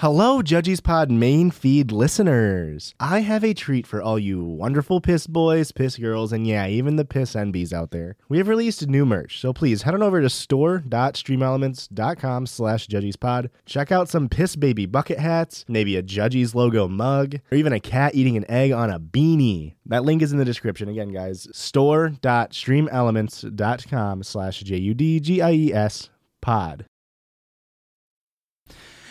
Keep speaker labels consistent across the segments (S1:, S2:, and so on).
S1: Hello, Judges Pod main feed listeners. I have a treat for all you wonderful piss boys, piss girls, and yeah, even the piss NBs out there. We have released new merch, so please head on over to store.streamelements.com slash judgiespod. Check out some piss baby bucket hats, maybe a Judges logo mug, or even a cat eating an egg on a beanie. That link is in the description. Again, guys, store.streamelements.com slash J-U-D-G-I-E-S E pod.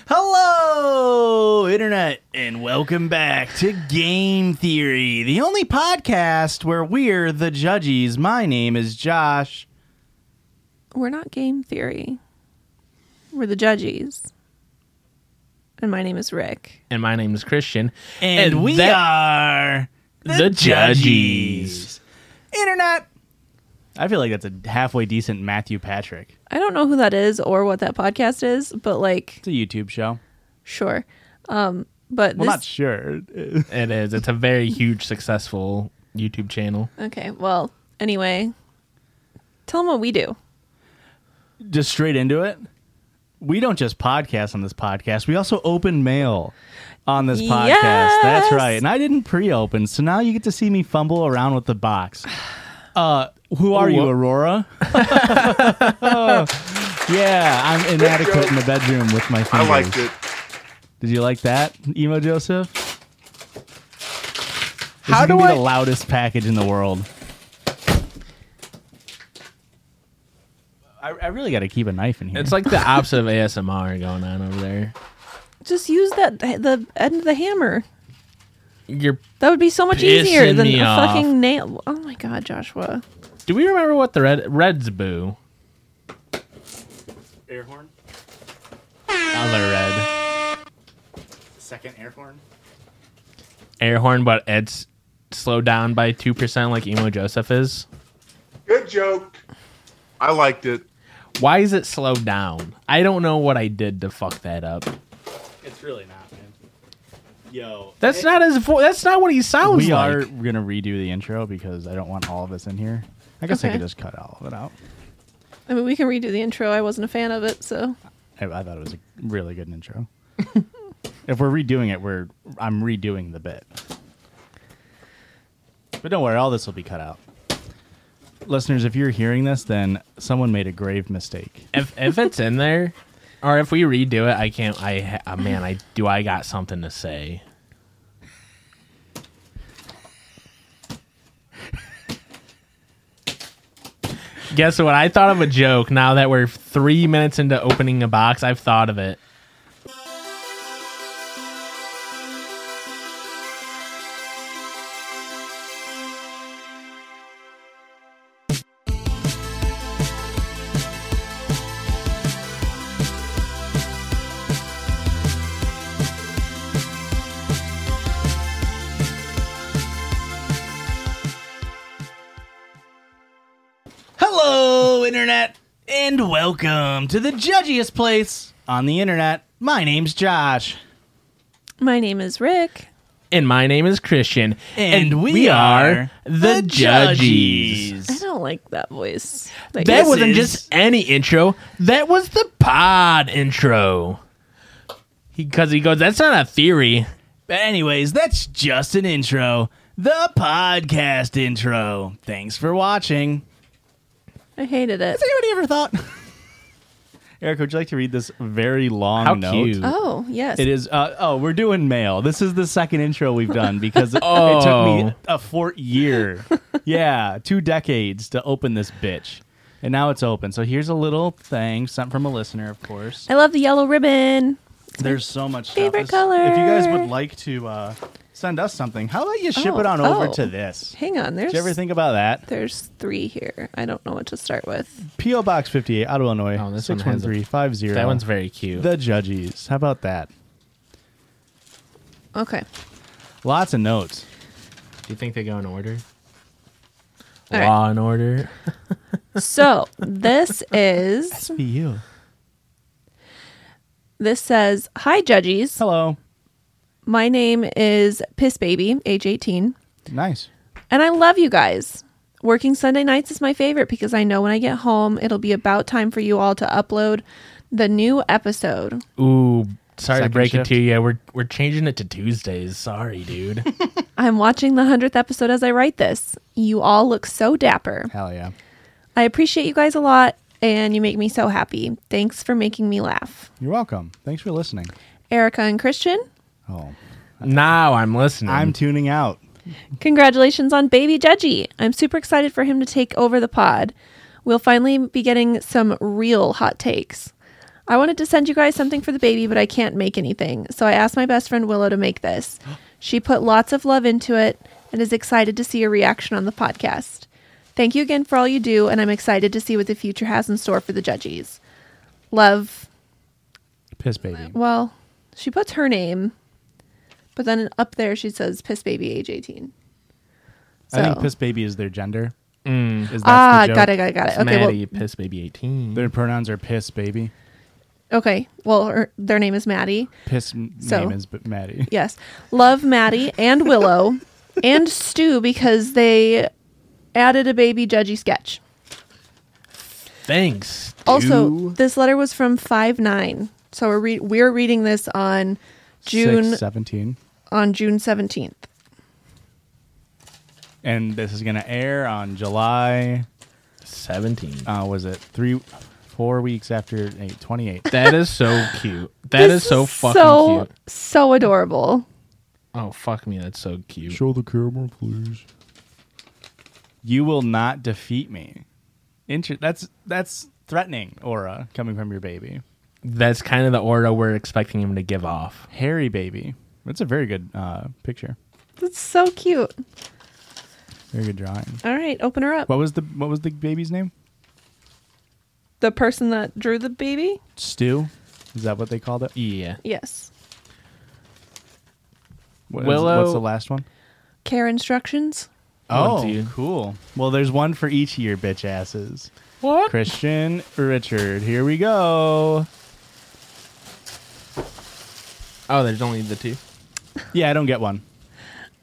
S2: Hello, Internet, and welcome back to Game Theory, the only podcast where we're the judges. My name is Josh.
S3: We're not game theory. We're the judges. And my name is Rick.
S4: and my name is Christian,
S2: And, we
S4: that-
S2: are
S4: The
S2: Judges. Internet. I feel like that's a halfway decent Matthew Patrick.
S3: I don't know who that is or what that podcast is, but like,
S2: It's a YouTube show.
S3: sure. Um, but
S2: Well,
S3: this
S2: not sure.
S4: It is. It's a very huge, successful YouTube channel.
S3: okay. Well, anyway, tell them what we do.
S2: Just straight into it. We don't just podcast on this podcast. We also open mail on this podcast. That's
S3: Yes!
S2: right. And I didn't pre-open, so now you get to see me fumble around with the box. Uh, who are you,
S4: Wha-
S2: Aurora? Oh, yeah, I'm inadequate in the bedroom with my
S5: I
S1: Mm-hmm.
S2: fingers.
S5: liked it.
S2: Did you like that, Emo Joseph? This
S4: How
S2: is gonna
S4: do
S2: be
S4: I-
S2: the loudest package in the world? I, I really got to keep a knife in here.
S4: It's like the opposite of ASMR going on over there.
S3: Just use that the end of the hammer.
S4: You're.
S3: That would be so much easier
S4: Pissing
S3: than
S4: me
S3: a
S4: off.
S3: fucking nail. Oh my god, Joshua.
S4: Do we remember what the red reds boo?
S2: air horn.
S4: Other red
S2: Second air horn.
S4: air horn, but it's slowed down by two percent, like Emo Joseph is.
S5: Good joke. I liked it.
S4: Why is it slowed down? I don't know what I did to fuck that up.
S2: It's really not, man. Yo,
S4: That's not his. Vo- that's not what he sounds
S2: we
S4: like.
S2: are gonna redo the intro because I don't want all of this in here. I guess I
S3: Okay.
S2: could just cut all of it out.
S3: I mean, we can redo the intro. I wasn't a fan of it, so
S2: I, I thought it was a really good intro. if we're redoing it, we're I'm redoing the bit. But don't worry, all this will be cut out. Listeners, if you're hearing this, then someone made a grave mistake.
S4: if if it's in there, or if we redo it, I can't. I ha- uh, man, I do. I got something to say. Guess what? I thought of a joke. Now that we're three minutes into opening a box, I've thought of it.
S2: Hello, internet, and welcome to the judgiest place on the internet. My name's Josh.
S3: my name is Rick.
S4: And my name is Christian, the Judges.
S3: I don't like that voice. Like,
S4: That
S3: this
S4: wasn't
S3: is-
S4: just any intro. That was the pod intro. Because he goes, that's not a theory.
S2: But anyways, that's just an intro. The podcast intro. Thanks for watching.
S3: I hated it.
S2: anybody ever thought? Eric, would you like to read this very long
S4: How
S2: note?
S4: cute.
S3: Oh yes,
S2: It is. Uh, oh, we're doing mail. This is the second intro we've done because it
S4: Oh.
S2: took me a fourth year, yeah, two decades to open this bitch, and now it's open. So here's a little thing sent from a listener, of course.
S3: I love the yellow ribbon.
S2: There's so much stuff.
S3: favorite
S2: This- If you guys
S3: color.
S2: would like to uh, send us something, how about you ship
S3: Oh,
S2: it on over
S3: oh.
S2: to this?
S3: Hang on, there's
S2: Did you ever think about that?
S3: there's three here. I don't know what to start with.
S2: P.O. Box 58, Ottawa, Illinois,
S4: Oh, this one has a-
S2: 61350.
S4: That one's very cute.
S2: The Judges. How about that?
S3: Okay.
S2: Lots of notes.
S4: Do you think they go in order?
S3: All right.
S4: Law and Order.
S3: So this is
S2: Be you.
S3: this says hi judges.
S2: Hello.
S3: My name is Piss Baby, age eighteen,
S2: Nice.
S3: and I love you guys. Working Sunday nights is my favorite because I know when I get home it'll be about time for you all to upload the new episode.
S4: Ooh, sorry to
S2: Second
S4: break
S2: shift.
S4: it to you. We're we're changing it to Tuesdays. Sorry, dude.
S3: I'm watching the 100th episode as I write this. You all look so dapper.
S2: Hell yeah.
S3: I appreciate you guys a lot and you make me so happy. Thanks for making me laugh.
S2: You're welcome. Thanks for listening.
S3: Erica and Christian,
S2: Oh,
S4: now I'm listening.
S2: I'm tuning out.
S3: congratulations on baby Judgy. I'm super excited for him to take over the pod. We'll finally be getting some real hot takes. I wanted to send you guys something for the baby, but I can't make anything. So I asked my best friend Willow to make this. She put lots of love into it and is excited to see a reaction on the podcast. Thank you again for all you do, and I'm excited to see what the future has in store for the judges. Love,
S4: piss baby.
S3: Well, she puts her name, but then up there she says "piss baby age 18."
S2: I think
S3: So-
S2: piss baby is their gender. Is that's the
S3: ah,
S2: joke.
S3: got it, got it, got it. Okay,
S4: Maddie, piss baby 18.
S2: Mm. Their pronouns are piss baby.
S3: well, okay. Well, her, their name is Maddie.
S2: Piss m-
S3: So-
S2: name is but Maddie.
S3: Yes, love Maddie and Willow and Stu because they added a baby judgy sketch.
S4: Thanks.
S3: Also, this letter was from five nine, so we're re- we're reading this on June
S2: Six, 17.
S3: on June 17th.
S2: And this is going to air on July,
S4: 17.
S2: uh, was it three, four weeks after eight, 28.
S4: that is so cute. That is
S3: This
S4: so fucking
S3: so
S4: cute.
S3: so adorable.
S4: Oh, fuck me. That's so cute.
S5: Show the camera, please.
S2: you will not defeat me. Inter- that's that's threatening aura coming from your baby.
S4: That's kind of the aura we're expecting him to give off.
S2: Hairy baby. That's a very good uh, picture.
S3: That's so cute.
S2: Very good drawing.
S3: All right, open her up.
S2: What was the what was the baby's name?
S3: the person that drew the baby?
S2: Stew. Is that what they called it?
S4: Yeah.
S3: Yes.
S2: What is-
S4: Willow-
S2: what's the last one?
S3: Care instructions?
S4: Oh,
S2: Oh,
S4: dude.
S2: cool. Well, there's one for each of your bitch asses.
S4: What?
S2: Christian, Richard. Here we go.
S4: Oh, there's only the two.
S2: Yeah, I don't get one.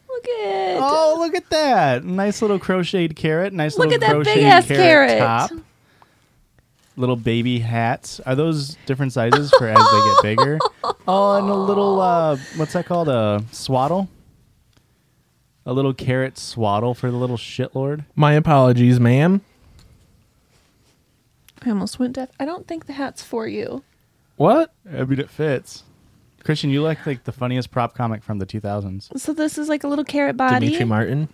S3: Look at
S2: Oh, look at that! Nice little crocheted carrot. Nice
S3: Look
S2: little
S3: at that big
S2: crocheted
S3: ass
S2: carrot,
S3: carrot.
S2: top. Little baby hats. Are those different sizes for as they get bigger? Oh, and a little uh, what's that called? A swaddle. A little carrot swaddle for the little shitlord.
S4: My apologies, ma'am.
S3: I almost went deaf. I don't think the hat's for you.
S4: What?
S2: I mean, it fits. Christian, you look like the funniest prop comic from the 2000s.
S3: So this is like a little carrot body,
S4: Dimitri Martin.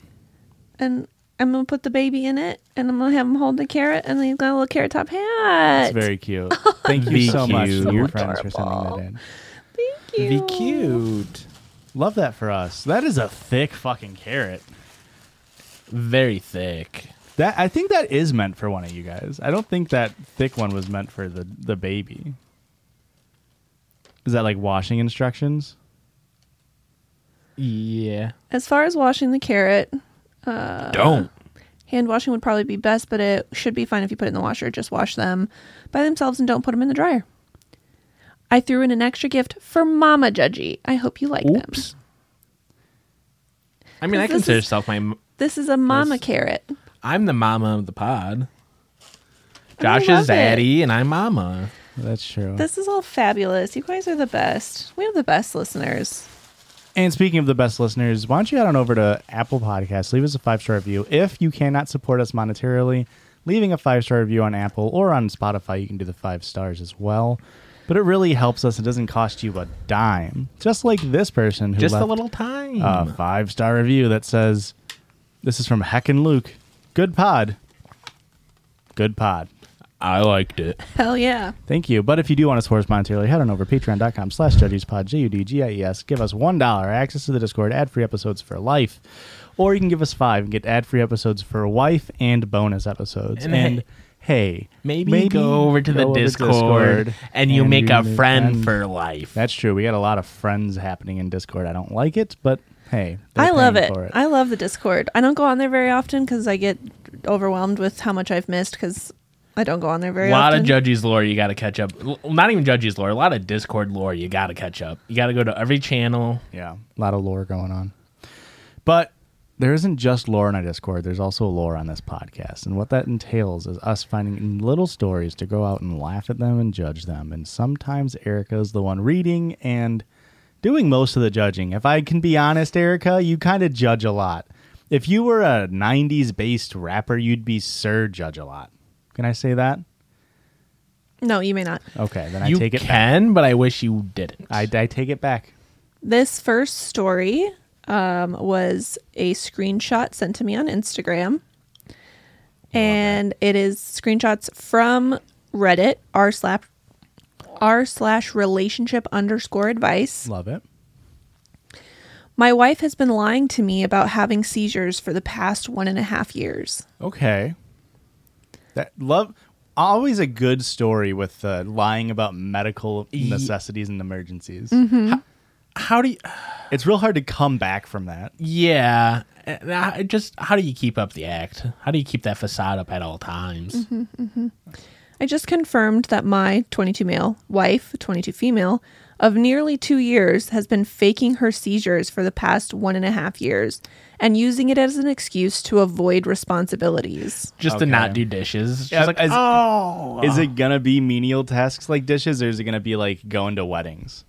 S3: and I'm gonna put the baby in it, and I'm gonna have him hold the carrot, and he's got a little carrot top hat.
S2: It's very cute. Thank you
S4: Be
S2: so much
S4: cute.
S2: to your
S4: So
S2: friends for sending
S3: adorable.
S2: that in.
S3: Thank
S4: Be
S3: you.
S4: cute.
S2: Love that for us. That is a thick fucking carrot.
S4: Very thick.
S2: That I think that is meant for one of you guys. I don't think that thick one was meant for the the baby. Is that like washing instructions?
S4: Yeah.
S3: As far as washing the carrot, Uh,
S4: Don't.
S3: hand washing would probably be best, but it should be fine if you put it in the washer. Just wash them by themselves and don't put them in the dryer. I threw in an extra gift for Mama Judgy. I hope you like them.
S4: Oops. I mean, I
S3: This
S4: consider
S3: is-
S4: myself my. m-
S3: This is a mama
S4: This-
S3: carrot.
S4: I'm the mama of the pod.
S3: I
S4: Josh
S3: love
S4: is daddy, and I'm mama.
S2: That's true.
S3: This is all fabulous. You guys are the best. We have the best listeners.
S2: and speaking of the best listeners, why don't you head on over to Apple Podcasts, leave us a five star review. If you cannot support us monetarily, leaving a five star review on Apple or on Spotify, you can do the five stars as well. But it really helps us. It doesn't cost you a dime. Just like this person who
S4: Just a
S2: left
S4: little time.
S2: a five star review that says, "This is from Heck and Luke. Good pod. Good pod.
S4: I liked it.
S3: Hell yeah.
S2: Thank you. But if you do want to support us monetarily, head on over to patreon.com slash judgespod, J-U-D-G-I-E-S. E Give us $1, access to the Discord, ad-free episodes for life. Or you can give us five and get ad-free episodes for wife and bonus episodes. And,
S4: And hey-
S2: hey, hey,
S4: Maybe, go over to
S2: go
S4: the Discord, and you make
S2: you
S4: a
S2: make
S4: friend
S2: friends.
S4: for life.
S2: That's true. We got a lot of friends happening in Discord. I don't like it, but hey, they're
S3: I love
S2: paying
S3: it.
S2: for it.
S3: I love the Discord. I don't go on there very often because I get overwhelmed with how much I've missed because I don't go on there
S4: a
S3: very
S4: lot
S3: often.
S4: of Judges lore you got to catch up. L- Not even Judges lore. A lot of Discord lore you got to catch up. You got to go to every channel.
S2: Yeah, a lot of lore going on. But there isn't just lore on our Discord, there's also lore on this podcast. And what that entails is us finding little stories to go out and laugh at them and judge them. And sometimes Erica's the one reading and doing most of the judging. If I can be honest, Erica, you kind of judge a lot. If you were a 90s based rapper, you'd be Sir Judge a lot. Can I say that?
S3: no, you may not.
S2: Okay, then I
S4: you
S2: take it back.
S4: can, but I wish you didn't.
S2: I, I take it back.
S3: This first story um, was a screenshot sent to me on Instagram, and it is screenshots from Reddit r slash r slash relationship underscore advice.
S2: Love it.
S3: My wife has been lying to me about having seizures for the past one and a half years.
S2: Okay. That love always a good story with uh, lying about medical necessities and emergencies.
S4: How do you?
S2: It's real hard to come back from that.
S4: Yeah. And I- Just how do you keep up the act? How do you keep that facade up at all times?
S3: Mm-hmm. I just confirmed that my 22 male wife, 22 female, of nearly two years has been faking her seizures for the past one and a half years and using it as an excuse to avoid responsibilities.
S4: Just to
S2: Okay.
S4: not do dishes. Just like,
S2: As-
S4: "Oh,
S2: Is it gonna be menial tasks like dishes, or is it gonna be like going to weddings?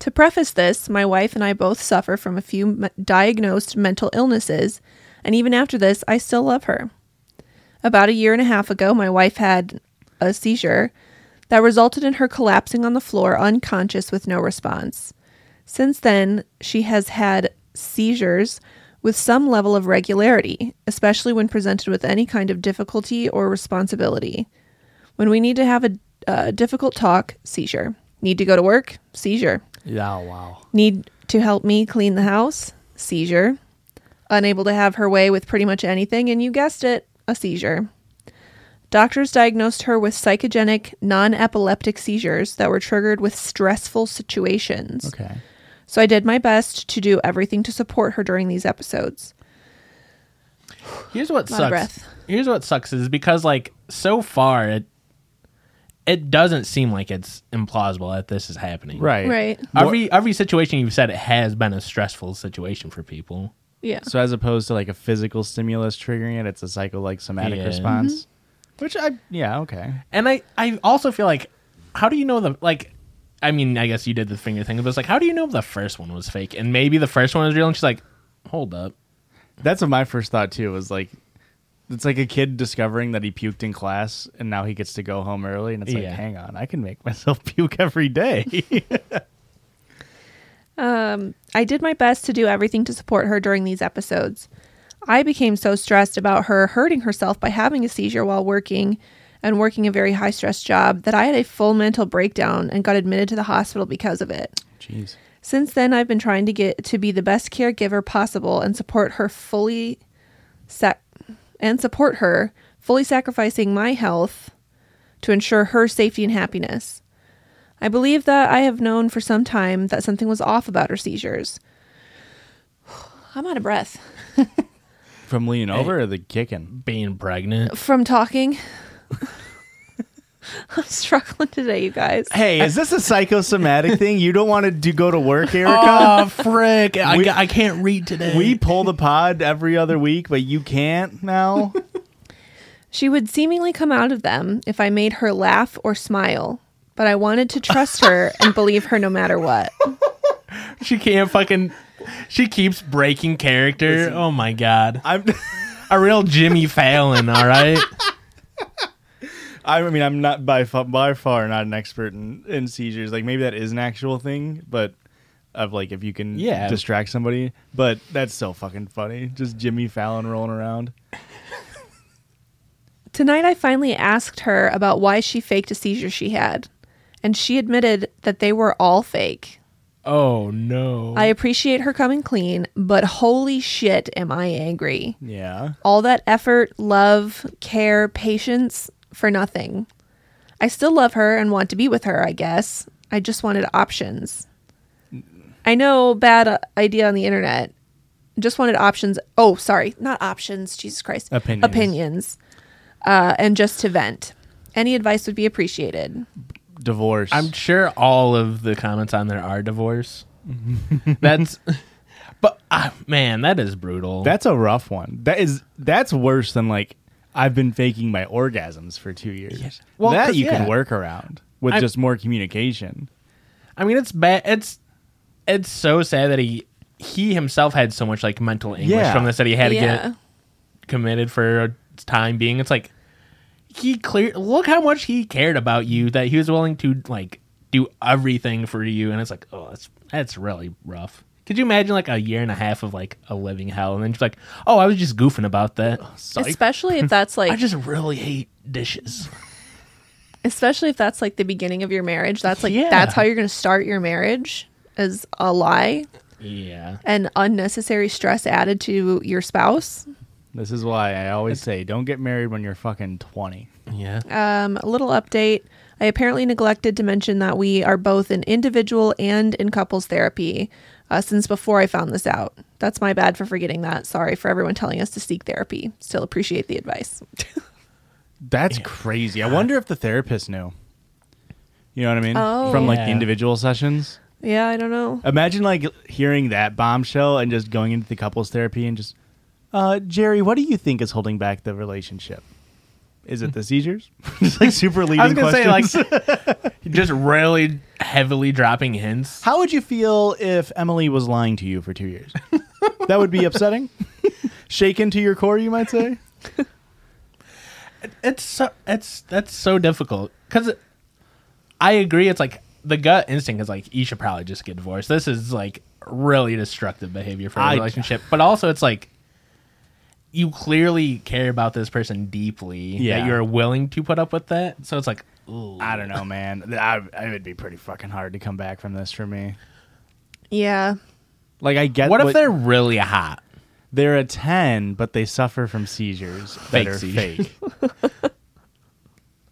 S3: To preface this, my wife and I both suffer from a few me- diagnosed mental illnesses, and even after this, I still love her. About a year and a half ago, my wife had a seizure that resulted in her collapsing on the floor unconscious with no response. Since then, she has had seizures with some level of regularity, especially when presented with any kind of difficulty or responsibility. When we need to have a uh, difficult talk, seizure. Need to go to work, seizure.
S4: yeah, wow.
S3: Need to help me clean the house? Seizure. Unable to have her way with pretty much anything, and you guessed it, a seizure. Doctors diagnosed her with psychogenic, non epileptic seizures that were triggered with stressful situations.
S2: Okay.
S3: So I did my best to do everything to support her during these episodes.
S4: uh, Here's
S3: Lot
S4: what
S3: of
S4: sucks.
S3: breath.
S4: Here's what sucks is because like so far it it doesn't seem like it's implausible that this is happening.
S2: Right.
S4: Every every situation you've said it has been a stressful situation for people.
S3: Yeah.
S2: So as opposed to like a physical stimulus triggering it, it's a psycho like somatic
S4: Yeah.
S2: response. Which I yeah okay.
S4: And I I also feel like how do you know the like I mean I guess you did the finger thing, but it's like how do you know the first one was fake and maybe the first one was real and she's like hold up.
S2: That's what my first thought too was like it's like a kid discovering that he puked in class and now he gets to go home early and it's like
S4: Yeah.
S2: hang on, I can make myself puke every day.
S3: I did my best to do everything to support her during these episodes. I became so stressed about her hurting herself by having a seizure while working and working a very high stress job that I had a full mental breakdown and got admitted to the hospital because of it.
S2: Jeez.
S3: Since then, I've been trying to get to be the best caregiver possible and support her fully, sac- and support her fully sacrificing my health to ensure her safety and happiness. I believe that I have known for some time that something was off about her seizures. I'm out of breath
S2: From leaning over or the kicking?
S4: Being pregnant.
S3: from talking. I'm struggling today, you guys.
S2: Hey, is this a psychosomatic thing? You don't want to do, go to work, Erica?
S4: Oh frick! I, I can't read today.
S2: we pull the pod every other week, but you can't now?
S3: She would seemingly come out of them if I made her laugh or smile, but I wanted to trust her and believe her no matter what.
S4: She can't fucking. She keeps breaking character. oh my god,
S2: I'm
S4: a real Jimmy Fallon. All right,
S2: I mean, I'm not by fa- by far not an expert in, in seizures. Like maybe that is an actual thing, but of like if you can
S4: Yeah.
S2: distract somebody. But that's so fucking funny. Just Jimmy Fallon rolling around.
S3: Tonight, I finally asked her about why she faked a seizure she had, and she admitted that they were all fake.
S4: Oh no.
S3: I appreciate her coming clean, but holy shit, am I angry.
S2: Yeah.
S3: All that effort, love, care, patience, for nothing. I still love her and want to be with her, I guess. I just wanted options. I know bad uh, idea on the internet. Just wanted options. Oh, sorry, not options. Jesus Christ.
S2: Opinions.
S3: Opinions. Uh, and just to vent. Any advice would be appreciated.
S2: Divorce.
S4: I'm sure all of the comments on there are divorce. That's, but ah, man, that is brutal.
S2: that's a rough one. That is that's worse than like I've been faking my orgasms for two years.
S4: Well,
S2: that
S4: 'cause,
S2: you
S4: yeah.
S2: can work around with
S4: I-
S2: just more communication.
S4: I mean, it's bad. It's it's so sad that he he himself had so much like mental anguish
S2: Yeah.
S4: from this that he had to
S3: yeah.
S4: get committed for a time being. It's like he clear look how much he cared about you that he was willing to like do everything for you, and it's like oh that's that's really rough. Could you imagine like a year and a half of like a living hell, and then just like oh I was just goofing about that.
S3: Especially if that's like
S4: I just really hate dishes.
S3: especially if that's like the beginning of your marriage that's like
S4: Yeah.
S3: that's how you're going to start your marriage is a lie
S4: Yeah.
S3: and unnecessary stress added to your spouse
S2: This is why I always say don't get married when you're fucking twenty.
S4: Yeah.
S3: um, a little update i apparently neglected to mention that we are both in individual and in couples therapy uh, since before i found this out that's my bad for forgetting that sorry for everyone telling us to seek therapy still appreciate the advice
S2: That's crazy. I wonder if the therapist knew. You know what I mean?
S3: Oh.
S2: From like
S4: Yeah.
S2: the individual sessions.
S3: yeah i don't know
S2: Imagine like hearing that bombshell and just going into the couples therapy and just, uh, Jerry, what do you think is holding back the relationship? Is it the seizures? just like super leading
S4: I was gonna
S2: questions.
S4: say like just really heavily dropping hints.
S2: How would you feel if Emily was lying to you for two years? that would be upsetting. Shaken to your core, you might say.
S4: It's so it's that's so difficult because I agree. It's like the gut instinct is like you should probably just get divorced. This is like really destructive behavior for a
S2: I-
S4: relationship, but also it's like you clearly care about this person deeply
S2: Yeah.
S4: that you're willing to put up with that. So it's like ooh.
S2: I don't know, man. I, I would be pretty fucking hard to come back from this for me.
S3: yeah
S2: Like I get
S4: What if they're really hot?
S2: They're a 10, but they suffer from seizures that
S4: Fake
S2: are
S4: seizures.
S2: fake.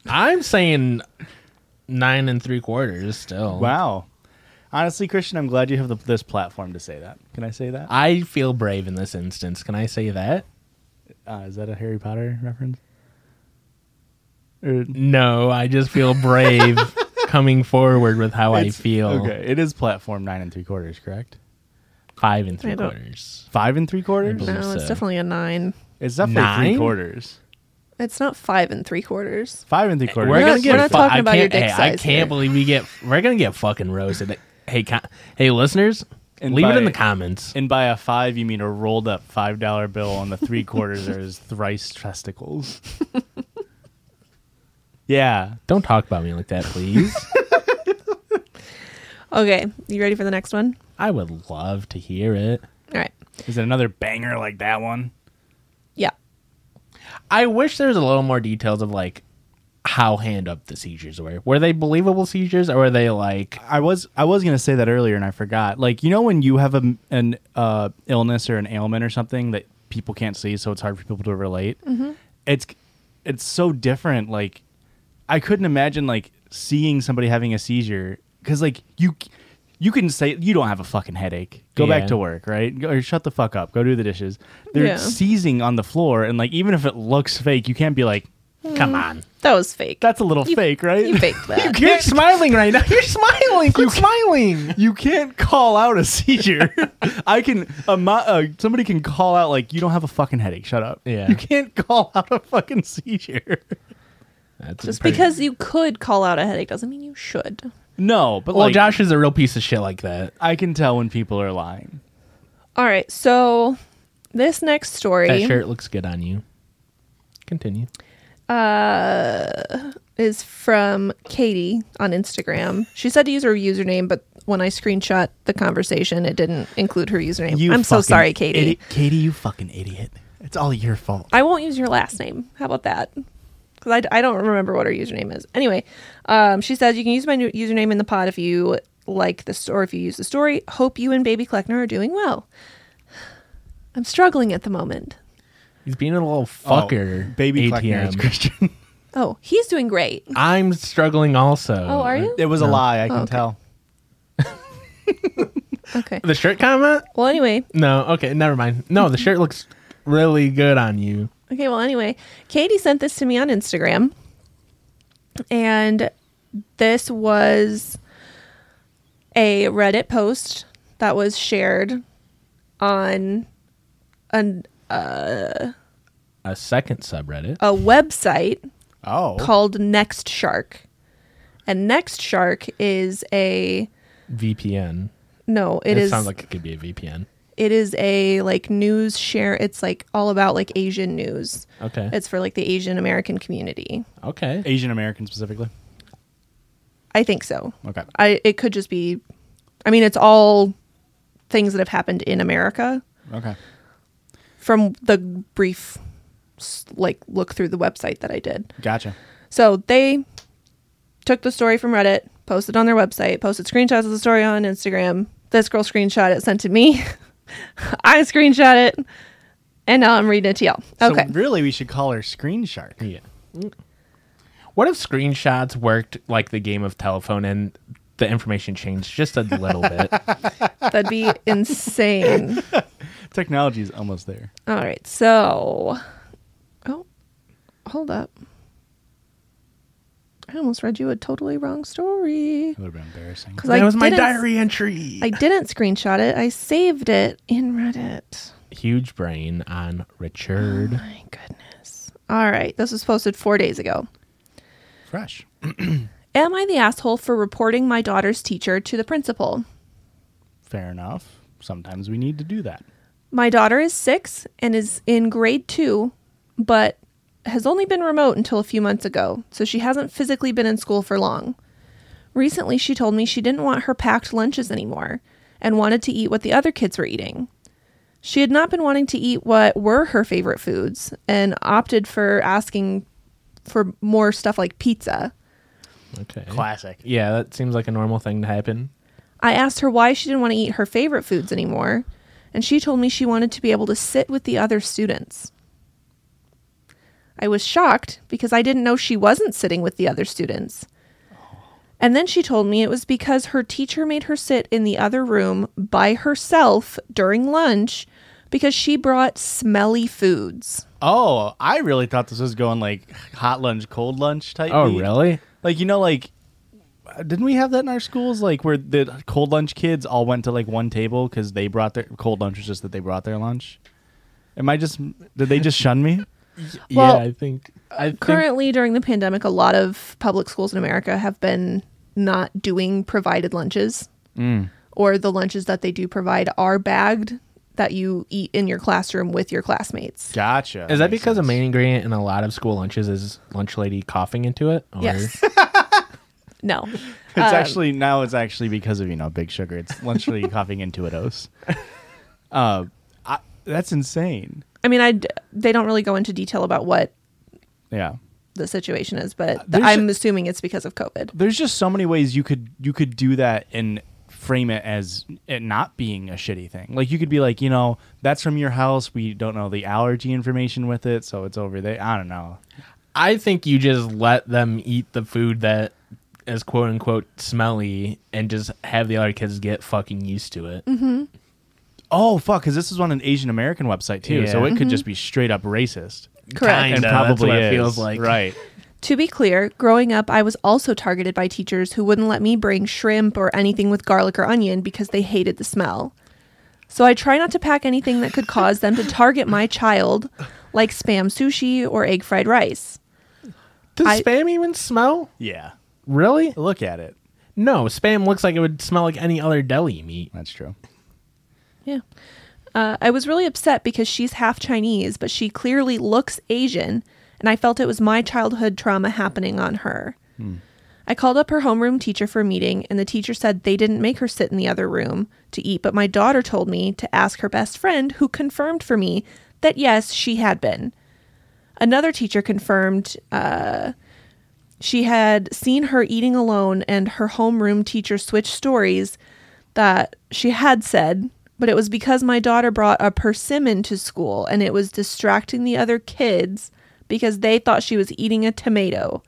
S4: I'm saying nine and three quarters still.
S2: wow. Honestly, Christian, I'm glad you have the, this platform to say that. Can I say that?
S4: I feel brave in this instance. Can I say that?
S2: Uh, is that a Harry Potter reference? Or-
S4: No, I just feel brave coming forward with how I
S2: It's-
S4: feel.
S2: Okay, it is platform nine and three quarters, correct?
S4: Five and three
S3: I don't-
S4: quarters.
S2: Five and three quarters?
S4: believe-
S3: no
S4: So-
S3: it's definitely a nine
S2: It's definitely
S4: Nine?
S2: three quarters.
S3: it's not five and three quarters
S2: Five and three quarters.
S3: We're
S4: gonna
S3: not- we're not
S4: fu-
S3: talking
S4: I
S3: about your
S4: can't-
S3: dick
S4: hey, I
S3: size
S4: can't
S3: here.
S4: believe we get. We're gonna get fucking roasted. Hey, co- hey, listeners,
S2: And
S4: leave it in
S2: by-
S4: the comments.
S2: and by a five, you mean a rolled up five dollar bill on the three quarters or his thrice testicles. yeah.
S4: Don't talk about me like that, please.
S3: Okay, you ready for the next one?
S4: I would love to hear it.
S3: All right.
S2: Is it another banger like that one?
S3: Yeah.
S4: I wish there was a little more details of like how hand up the seizures were. Were they believable seizures, or were they like
S2: I was I was gonna say that earlier and I forgot. Like you know when you have a, an uh, illness or an ailment or something that people can't see, so it's hard for people to relate.
S3: Mm-hmm.
S2: It's it's so different. Like I couldn't imagine like seeing somebody having a seizure because like you c- you can say you don't have a fucking headache. Go
S4: Yeah.
S2: back to work, right? Go, or shut the fuck up. Go do the dishes. They're
S3: Yeah.
S2: seizing on the floor, and like even if it looks fake, you can't be like
S4: come on?
S3: That was fake.
S2: that's a little
S3: Hmm. You-
S2: fake, right?
S3: You faked that.
S4: You're smiling right now. You're smiling. Quit smiling.
S2: you can't call out a seizure. I can, a mo- uh, somebody can call out like you don't have a fucking headache. Shut up.
S4: Yeah.
S2: You can't call out a fucking seizure.
S4: That's
S3: Just
S4: pretty-
S3: because you could call out a headache doesn't mean you should.
S2: No, but
S4: Well,
S2: like
S4: Josh is a real piece of shit like that.
S2: I can tell when people are lying.
S3: All right, so this next
S4: That
S3: story
S4: shirt looks good on you. Continue.
S3: is from Katie on Instagram. She said to use her username, but when I screenshot the conversation, it didn't include her username.
S2: You
S3: I'm so
S2: fucking
S3: sorry, Katie.
S2: idi- Katie, you fucking idiot. It's all your fault.
S3: I won't use your last name. How about that? Because I, d- I don't remember what her username is. Anyway, um, she says you can use my new username in the pod if you like the story. If you use the story, hope you and Baby Kleckner are doing well. I'm struggling at the moment.
S4: He's being a little fucker.
S2: baby
S4: ATM.
S2: Christian.
S3: Oh, he's doing great.
S4: I'm struggling also.
S3: Oh, are you?
S2: It was a lie. I can
S3: Oh, okay.
S2: tell.
S3: Okay.
S4: The shirt comment?
S3: Well, anyway.
S4: No. Okay, never mind. No, the shirt looks really good on you.
S3: Okay, well, anyway, Katie sent this to me on Instagram. And this was a Reddit post that was shared on an,
S4: A second subreddit.
S3: a website
S2: Oh,
S3: called Next Shark. And Next Shark is a
S4: VPN.
S3: no, it
S4: it
S3: is
S4: sounds like it could be a VPN.
S3: it is a like news share. It's like all about like Asian news.
S4: Okay.
S3: It's for like the Asian American community.
S4: okay.
S2: Asian American specifically.
S3: I think so.
S2: Okay.
S3: I it could just be I mean it's all things that have happened in America
S2: Okay.
S3: from the brief s- like look through the website that I did.
S2: Gotcha.
S3: So they took the story from Reddit, posted on their website, posted screenshots of the story on Instagram. This girl screenshot it, sent to me. I screenshot it, and now I'm reading it to y'all. Okay.
S2: So really, we should call her Screen Shark.
S4: Yeah. What if screenshots worked like the game of telephone and the information changed just a little bit?
S3: That'd be insane.
S2: Technology is almost there.
S3: All right. So, oh, hold up. I almost read you a totally wrong story.
S2: It would have been embarrassing.
S3: 'Cause
S4: That
S3: I
S4: was my
S3: didn't-
S4: diary entry.
S3: I didn't screenshot it. I saved it in Reddit.
S4: Huge brain on Richard.
S3: My goodness. All right. This was posted four days ago.
S2: Fresh.
S3: Am I the asshole for reporting my daughter's teacher to the principal?
S2: Fair enough. Sometimes we need to do that.
S3: My daughter is six and is in grade two, but has only been remote until a few months ago, so she hasn't physically been in school for long. Recently, she told me she didn't want her packed lunches anymore and wanted to eat what the other kids were eating. She had not been wanting to eat what were her favorite foods and opted for asking for more stuff like pizza.
S4: Okay.
S2: Classic.
S4: Yeah, that seems like a normal thing to happen.
S3: I asked her why she didn't want to eat her favorite foods anymore, and she told me she wanted to be able to sit with the other students. I was shocked because I didn't know she wasn't sitting with the other students. And then she told me it was because her teacher made her sit in the other room by herself during lunch because she brought smelly foods.
S2: Oh, I really thought this was going like hot lunch, cold lunch type.
S4: Oh,
S2: beat.
S4: really?
S2: Like you know, like uh, didn't we have that in our schools? Like where the cold lunch kids all went to like one table because they brought their cold lunch was just that they brought their lunch. Am I just? Did they just shun me?
S3: Well,
S4: yeah, I think. I think
S3: Currently, during the pandemic, a lot of public schools in America have been not doing provided lunches,
S2: Mm.
S3: or the lunches that they do provide are bagged that you eat in your classroom with your classmates.
S2: Gotcha.
S4: is that
S2: Makes
S4: because a
S2: sense.
S4: main ingredient in a lot of school lunches is lunch lady coughing into it? Or
S3: Yes. no.
S2: It's actually now it's actually because of you know big sugar. It's lunch really coughing into it. Os. Uh, I, that's insane.
S3: I mean, I d- they don't really go into detail about what
S2: Yeah.
S3: the situation is, but th-
S2: There's
S3: I'm
S2: a-
S3: assuming it's because of COVID.
S2: there's just so many ways you could you could do that and frame it as it not being a shitty thing. Like you could be like, you know, that's from your house. We don't know the allergy information with it, so it's over there. I don't know.
S4: I think you just let them eat the food that is quote unquote smelly and just have the other kids get fucking used to it.
S3: Mm-hmm.
S2: Oh fuck, because this is on an Asian American website too, so
S4: Yeah.
S2: it could just be straight up racist.
S3: Correct.
S4: Kinda,
S2: And
S4: that's
S2: probably
S4: what it
S2: is.
S4: feels like.
S2: right.
S3: To be clear, growing up, I was also targeted by teachers who wouldn't let me bring shrimp or anything with garlic or onion because they hated the smell. So I try not to pack anything that could cause them to target my child, like spam sushi or egg fried rice.
S4: Does
S3: I-
S4: spam even smell?
S2: Yeah.
S4: Really?
S2: Look at it.
S4: No, spam looks like it would smell like any other deli meat.
S2: That's true.
S3: Yeah. Uh, I was really upset because she's half Chinese, but she clearly looks Asian, and I felt it was my childhood trauma happening on her. I called up her homeroom teacher for a meeting, and the teacher said they didn't make her sit in the other room to eat, but my daughter told me to ask her best friend, who confirmed for me that yes, she had been. Another teacher confirmed uh, she had seen her eating alone, and her homeroom teacher switched stories that she had said, but it was because my daughter brought a persimmon to school and it was distracting the other kids because they thought she was eating a tomato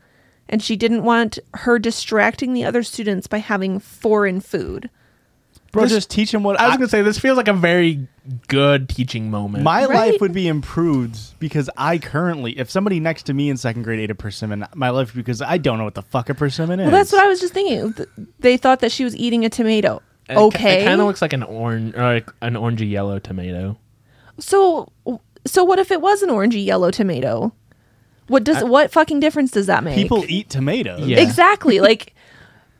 S3: and she didn't want her distracting the other students by having foreign food.
S2: Bro, just teach him what
S4: I was gonna say this feels like a very good teaching moment.
S2: My
S3: Right?
S2: life would be improved because I currently, if somebody next to me in second grade ate a persimmon, my life because I don't know what the fuck a persimmon is.
S3: Well, that's what I was just thinking. Th- They thought that she was eating a tomato.
S4: It-
S3: Okay.
S4: It kind of looks like an orange, or like an orangey yellow tomato.
S3: so so what if it was an orangey yellow tomato? What does what fucking difference does that make?
S2: people eat tomatoes.
S4: Yeah.
S3: Exactly. like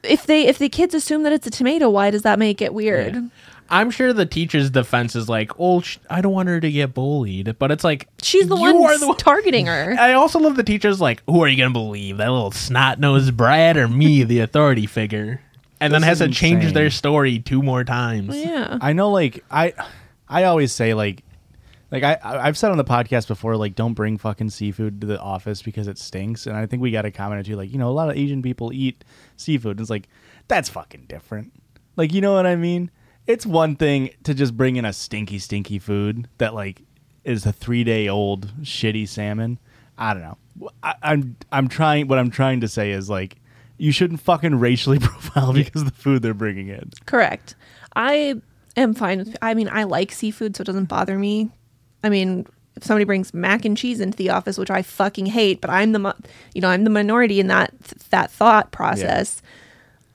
S3: if they if the kids assume that it's a tomato, why does that make it weird?
S4: I'm sure the teacher's defense is like, "Oh, sh- I don't want her to get bullied," but it's like
S3: She's the
S4: you
S3: one
S4: are
S3: s- targeting her.
S4: I also love the teachers like, "Who are you gonna believe? That little snot nosed Brad or me, the authority figure?" And then
S2: This
S4: has
S2: is
S4: to change
S2: insane.
S4: their story two more times.
S3: yeah.
S2: I know, like I, I always say like, like I I- I've said on the podcast before, like don't bring fucking seafood to the office because it stinks. And I think we got a comment or two, like you know, a lot of Asian people eat seafood. And it's like that's fucking different. Like you know what I mean? It's one thing to just bring in a stinky, stinky food that like is a three day old shitty salmon. I don't know. I, I'm I'm trying. What I'm trying to say is like. You shouldn't fucking racially profile because of the food they're bringing in.
S3: Correct. I am fine with I mean, I like seafood so it doesn't bother me. I mean, if somebody brings mac and cheese into the office, which I fucking hate, but I'm the mo- you know, I'm the minority in that that thought process.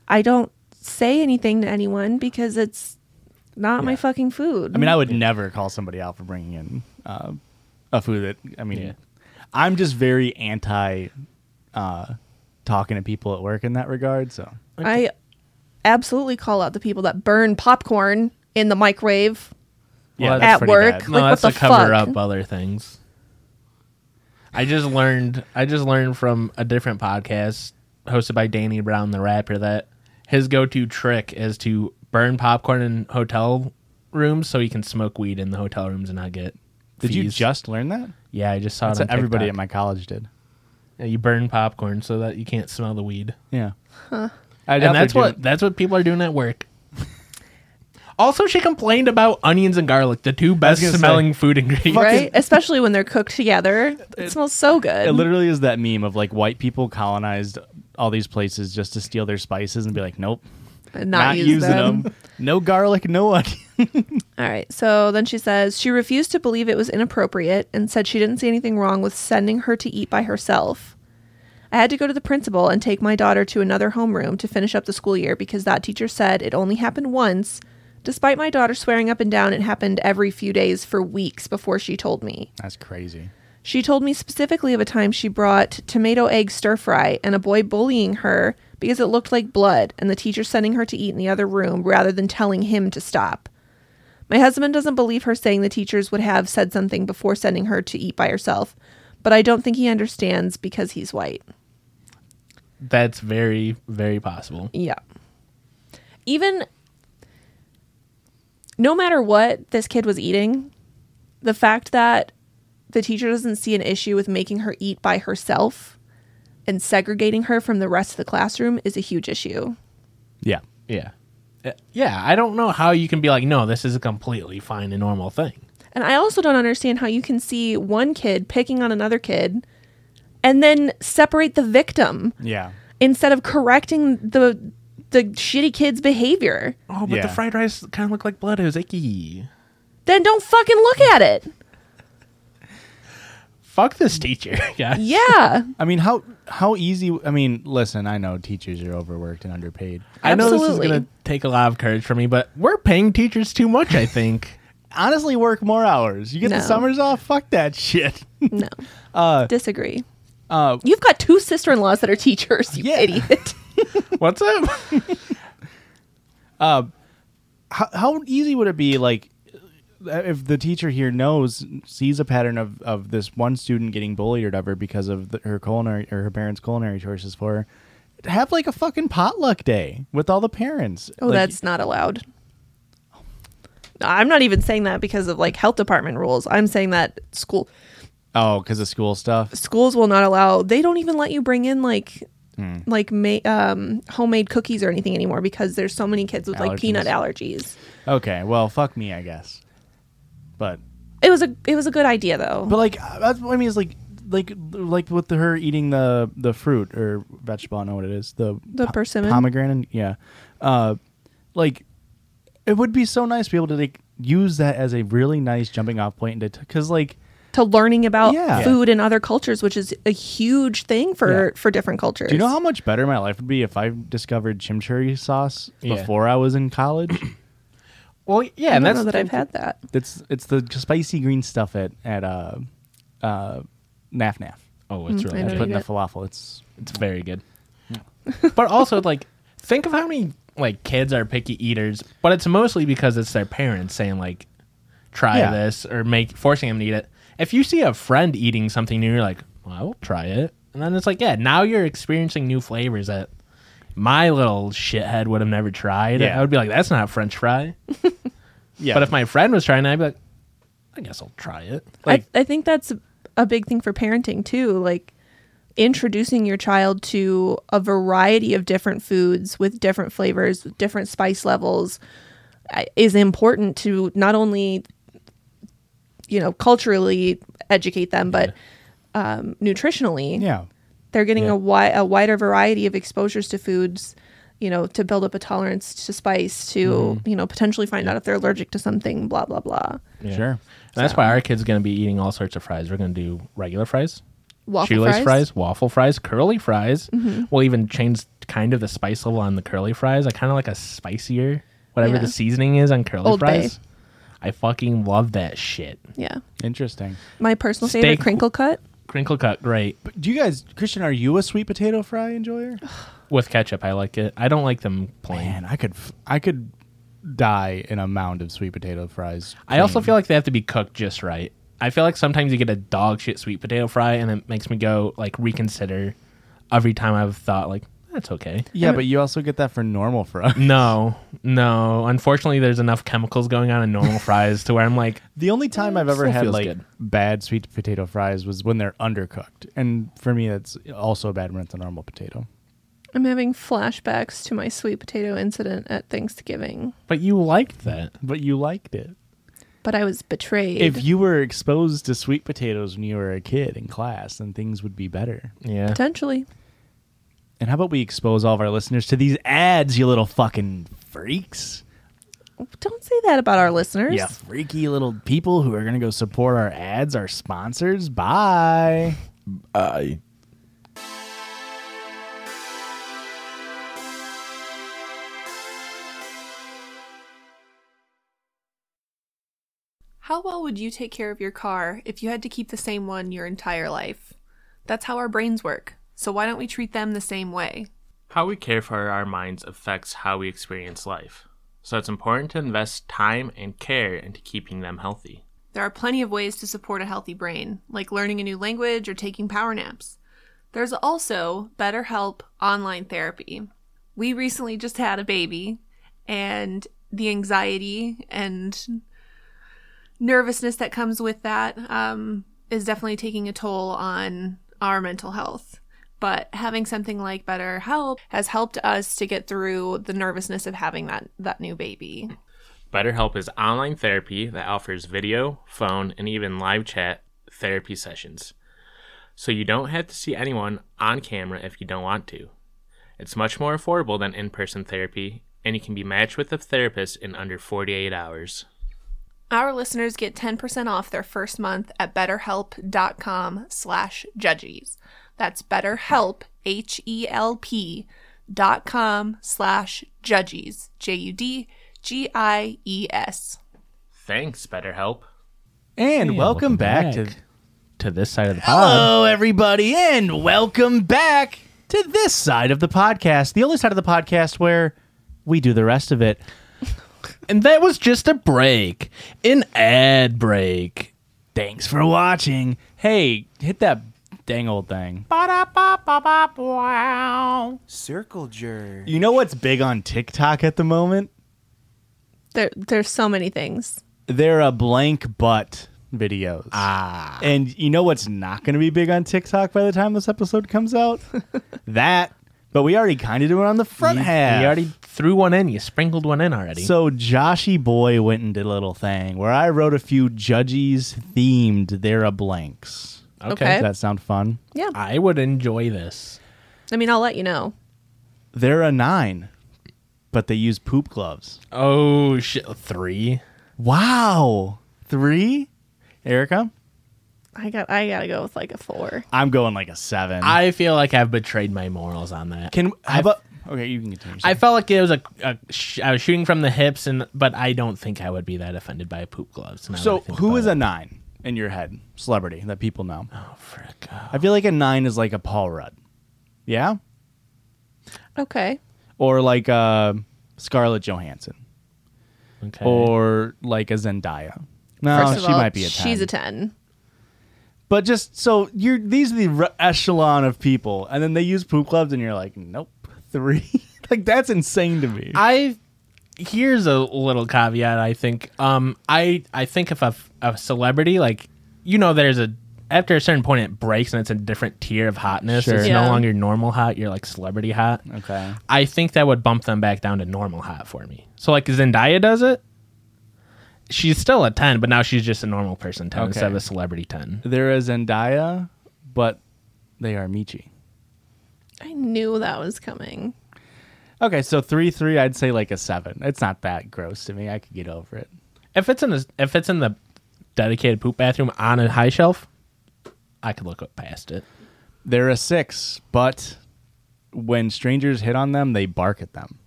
S3: I don't say anything to anyone because it's not my fucking food.
S2: I mean, I would never call somebody out for bringing in uh, a food that. I mean,
S4: Yeah.
S2: I'm just very anti uh, talking to people at work in that regard. So
S3: I absolutely call out the people that burn popcorn in the microwave.
S4: Well,
S2: that's
S3: At
S2: pretty
S3: work.
S2: bad.
S4: No,
S3: Like, what
S4: that's
S3: the
S4: to cover
S3: fuck?
S4: up other things. I just learned. I just learned from a different podcast hosted by Danny Brown, the rapper, that his go-to trick is to burn popcorn in hotel rooms so he can smoke weed in the hotel rooms and not get.
S2: Did you
S4: fees.
S2: just learn that?
S4: Yeah, I just saw
S2: That's
S4: it.
S2: what
S4: on
S2: everybody at
S4: TikTok.
S2: my college did.
S4: Yeah, you burn popcorn so that you can't smell the weed.
S2: Yeah. I doubt
S4: and that's
S2: they're
S4: what
S2: doing-
S4: that's what people are doing at work. also, she complained about onions and garlic, the two best
S2: gonna say-
S4: smelling food ingredients.
S3: right? Especially when they're cooked together. It, smells so good.
S2: It literally is that meme of like white people colonized all these places just to steal their spices and be like, nope,
S3: not,
S2: not,
S3: use
S2: using
S3: them.
S2: them. No garlic, no onion.
S3: All right. So then she says she refused to believe it was inappropriate and said she didn't see anything wrong with sending her to eat by herself. I had to go to the principal and take my daughter to another homeroom to finish up the school year because that teacher said it only happened once. Despite my daughter swearing up and down, it happened every few days for weeks before she told me.
S2: That's crazy.
S3: She told me specifically of a time she brought tomato egg stir fry and a boy bullying her because it looked like blood and the teacher sending her to eat in the other room rather than telling him to stop. My husband doesn't believe her saying the teachers would have said something before sending her to eat by herself, but I don't think he understands because he's white.
S4: That's very, very possible.
S3: Yeah. Even no matter what this kid was eating, the fact that the teacher doesn't see an issue with making her eat by herself and segregating her from the rest of the classroom is a huge issue.
S2: Yeah.
S4: Yeah. Uh, Yeah, I don't know how you can be like, no, this is a completely fine and normal thing.
S3: And I also don't understand how you can see one kid picking on another kid and then separate the victim
S2: Yeah.
S3: instead of correcting the the shitty kid's behavior.
S4: Oh,
S2: but the fried
S4: rice kind of looked like blood. It was icky.
S3: Then don't fucking look at it.
S4: Fuck this teacher, guys.
S3: Yeah.
S2: I mean, how how easy? I mean, listen, I know teachers are overworked and underpaid.
S4: I know this is
S3: Absolutely.
S4: going to take a lot of courage from me, but we're paying teachers too much, I think.
S2: Honestly, work more hours. You get
S3: No.
S2: the summers off. Fuck that shit.
S3: No. Disagree.
S2: Uh,
S3: You've got two sister in laws that are teachers, you
S2: Yeah.
S3: idiot.
S4: What's up?
S2: how, how easy would it be, like, uh, if the teacher here knows sees a pattern of, of this one student getting bullied or whatever because of the, her culinary or her parents' culinary choices for her, have like a fucking potluck day with all the parents.
S3: Oh,
S2: Like,
S3: that's not allowed. I'm not even saying that because of like health department rules. I'm saying that school
S2: oh, because of school stuff.
S3: schools will not allow. They don't even let you bring in like
S2: Hmm.
S3: like ma- um, homemade cookies or anything anymore because there's so many kids with like peanut allergies.
S2: Okay, well, fuck me, I guess. But
S3: It was a it was a good idea though.
S2: But like, uh, that's what I mean is like, the- like like with her eating the the fruit or vegetable. I don't know what it is. The
S3: The persimmon?
S2: pomegranate. Yeah, uh, like it would be so nice to be able to like use that as a really nice jumping off point into because like
S3: to learning about
S2: Yeah.
S3: food in other cultures, which is a huge thing for for different cultures.
S2: do you know how much better my life would be if I discovered chimichurri sauce
S4: Yeah.
S2: before I was in college?
S4: Well, yeah,
S3: I
S4: and
S3: don't
S4: that's
S3: know that I've had that.
S2: it's it's the spicy green stuff at at uh uh naf naf.
S4: Oh,
S3: I
S4: it's really
S3: know
S4: good.
S3: you
S2: Put in the
S3: it.
S2: falafel. It's
S4: It's very good. but also, like, think of how many like kids are picky eaters, but it's mostly because it's their parents saying like, try
S2: Yeah.
S4: this or make forcing them to eat it. If you see a friend eating something new, you're like, well, I will try it, and then it's like, yeah, now you're experiencing new flavors that my little shithead would have never tried.
S2: Yeah.
S4: I would be like, that's not French fry.
S2: yeah.
S4: But if my friend was trying, it, I'd be like, I guess I'll try it. Like,
S3: I, I think that's a big thing for parenting too, like introducing your child to a variety of different foods with different flavors, with different spice levels uh, is important to not only you know culturally educate them but um, nutritionally
S2: yeah.
S3: they're getting a, wi- a wider variety of exposures to foods you know to build up a tolerance to spice to
S2: Mm-hmm.
S3: you know potentially find out if they're allergic to something blah blah blah
S4: Yeah.
S2: Sure.
S4: And that's why our kids going to be eating all sorts of fries. We're going to do regular fries,
S3: Waffle
S4: shoelace
S3: fries? Mm-hmm.
S4: fries? waffle fries, curly fries. We'll even change kind of the spice level on the curly fries. I kind of like a spicier, whatever
S3: Yeah.
S4: the seasoning is on curly
S3: Old Bay.
S4: fries. I fucking love that shit.
S3: yeah
S2: Interesting.
S3: my personal
S4: Steak-
S3: favorite crinkle cut
S4: Crinkle cut, great
S2: But do you guys, Christian, are you a sweet potato fry enjoyer?
S4: with ketchup. I like it. I don't like them plain.
S2: Man, I could, f- I could die in a mound of sweet potato fries.
S4: I also feel like they have to be cooked just right. I feel like sometimes you get a dog shit sweet potato fry, and it makes me go like reconsider every time I've thought like that's okay.
S2: Yeah, but you also get that for normal fries.
S4: No, no. Unfortunately, there's enough chemicals going on in normal fries to where I'm like,
S2: The only time I've ever
S4: still
S2: had
S4: feels
S2: like
S4: good.
S2: bad sweet potato fries was when they're undercooked, and for me, that's also bad when it's a normal potato.
S3: i'm having flashbacks to my sweet potato incident at thanksgiving
S4: but you liked that.
S2: But you liked it.
S3: but i was betrayed
S2: If you were exposed to sweet potatoes when you were a kid in class, then things would be better.
S4: Yeah.
S3: potentially
S2: And how about we expose all of our listeners to these ads, you little fucking freaks?
S3: don't say that about our listeners
S2: Yeah, freaky little people who are going to go support our ads, our sponsors. Bye.
S6: I.
S3: How well would you take care of your car if you had to keep the same one your entire life? That's how our brains work. So why don't we treat them the same way?
S7: How we care for our minds affects how we experience life, so it's important to invest time and care into keeping them healthy.
S3: There are plenty of ways to support a healthy brain, like learning a new language or taking power naps. There's also BetterHelp online therapy. We recently just had a baby, and the anxiety and nervousness that comes with that um, is definitely taking a toll on our mental health. But having something like BetterHelp has helped us to get through the nervousness of having that, that new baby.
S7: BetterHelp is online therapy that offers video, phone, and even live chat therapy sessions. So you don't have to see anyone on camera if you don't want to. It's much more affordable than in person therapy, and you can be matched with a therapist in under 48 hours.
S3: Our listeners get 10% off their first month at betterhelp.com slash judges. That's betterhelp, H-E-L-P dot com slash judges, E J-U-D-G-I-E-S.
S7: Thanks, BetterHelp.
S2: And welcome,
S4: welcome
S2: back,
S4: back.
S2: to.
S4: To this side of the pod.
S2: Hello, everybody, and welcome back to this side of the podcast, the only side of the podcast where we do the rest of it.
S4: And that was just a break, an ad break.
S2: Thanks for watching. Hey, hit that dang old thing.
S6: Circle jerk.
S2: You know what's big on TikTok at the moment?
S3: There, there's so many things.
S2: They're a blank butt videos. Ah. And you know what's not going to be big on TikTok by the time this episode comes out? that. But we already kind of do it on the front half.
S4: You already threw one in. You sprinkled one in already.
S2: So Joshy Boy went and did a little thing where I wrote a few judges themed there a blanks.
S8: Okay.
S2: Does that sound fun?
S8: Yeah.
S4: I would enjoy this.
S8: I mean, I'll let you know.
S2: They're a nine, but they use poop gloves.
S4: Oh shit, three.
S2: Wow. Three? Erica?
S8: I got I gotta go with like a four.
S2: I'm going like a seven.
S4: I feel like I've betrayed my morals on that.
S2: can how
S4: I-
S2: about Okay, you can continue.
S4: I felt like it was a, a sh- I was shooting from the hips, and but I don't think I would be that offended by poop gloves. now that
S2: so
S4: I think
S2: who
S4: about
S2: is
S4: it.
S2: a nine in your head? Celebrity that people know.
S4: Oh, frick.
S2: I feel like a nine is like a Paul Rudd. Yeah?
S8: Okay.
S2: Or like uh Scarlett Johansson.
S4: Okay.
S2: Oh, Or like a Zendaya. No,
S8: First of
S2: Oh, she
S8: all,
S2: might be a 10.
S8: She's a ten.
S2: But just so you're these are the re- echelon of people, and then they use poop clubs, and you're like, nope, three. like that's insane to me.
S4: I here's a little caveat. I think um I I think if a, f- a celebrity like you know there's a after a certain point it breaks and it's a different tier of hotness.
S2: Sure.
S4: It's
S8: Yeah.
S4: no longer normal hot. You're like celebrity hot.
S2: okay.
S4: I think that would bump them back down to normal hot for me. So like Zendaya does it. She's still a ten, but now she's just a normal person ten instead of
S2: Okay.
S4: a celebrity ten.
S2: There is Zendaya, but they are Michi.
S8: I knew that was coming.
S2: Okay, so three, three. I'd say like a seven. It's not that gross to me. I could get over it.
S4: If it's in the if it's in the dedicated poop bathroom on a high shelf, I could look up past it.
S2: They're a six, but when strangers hit on them, they bark at them.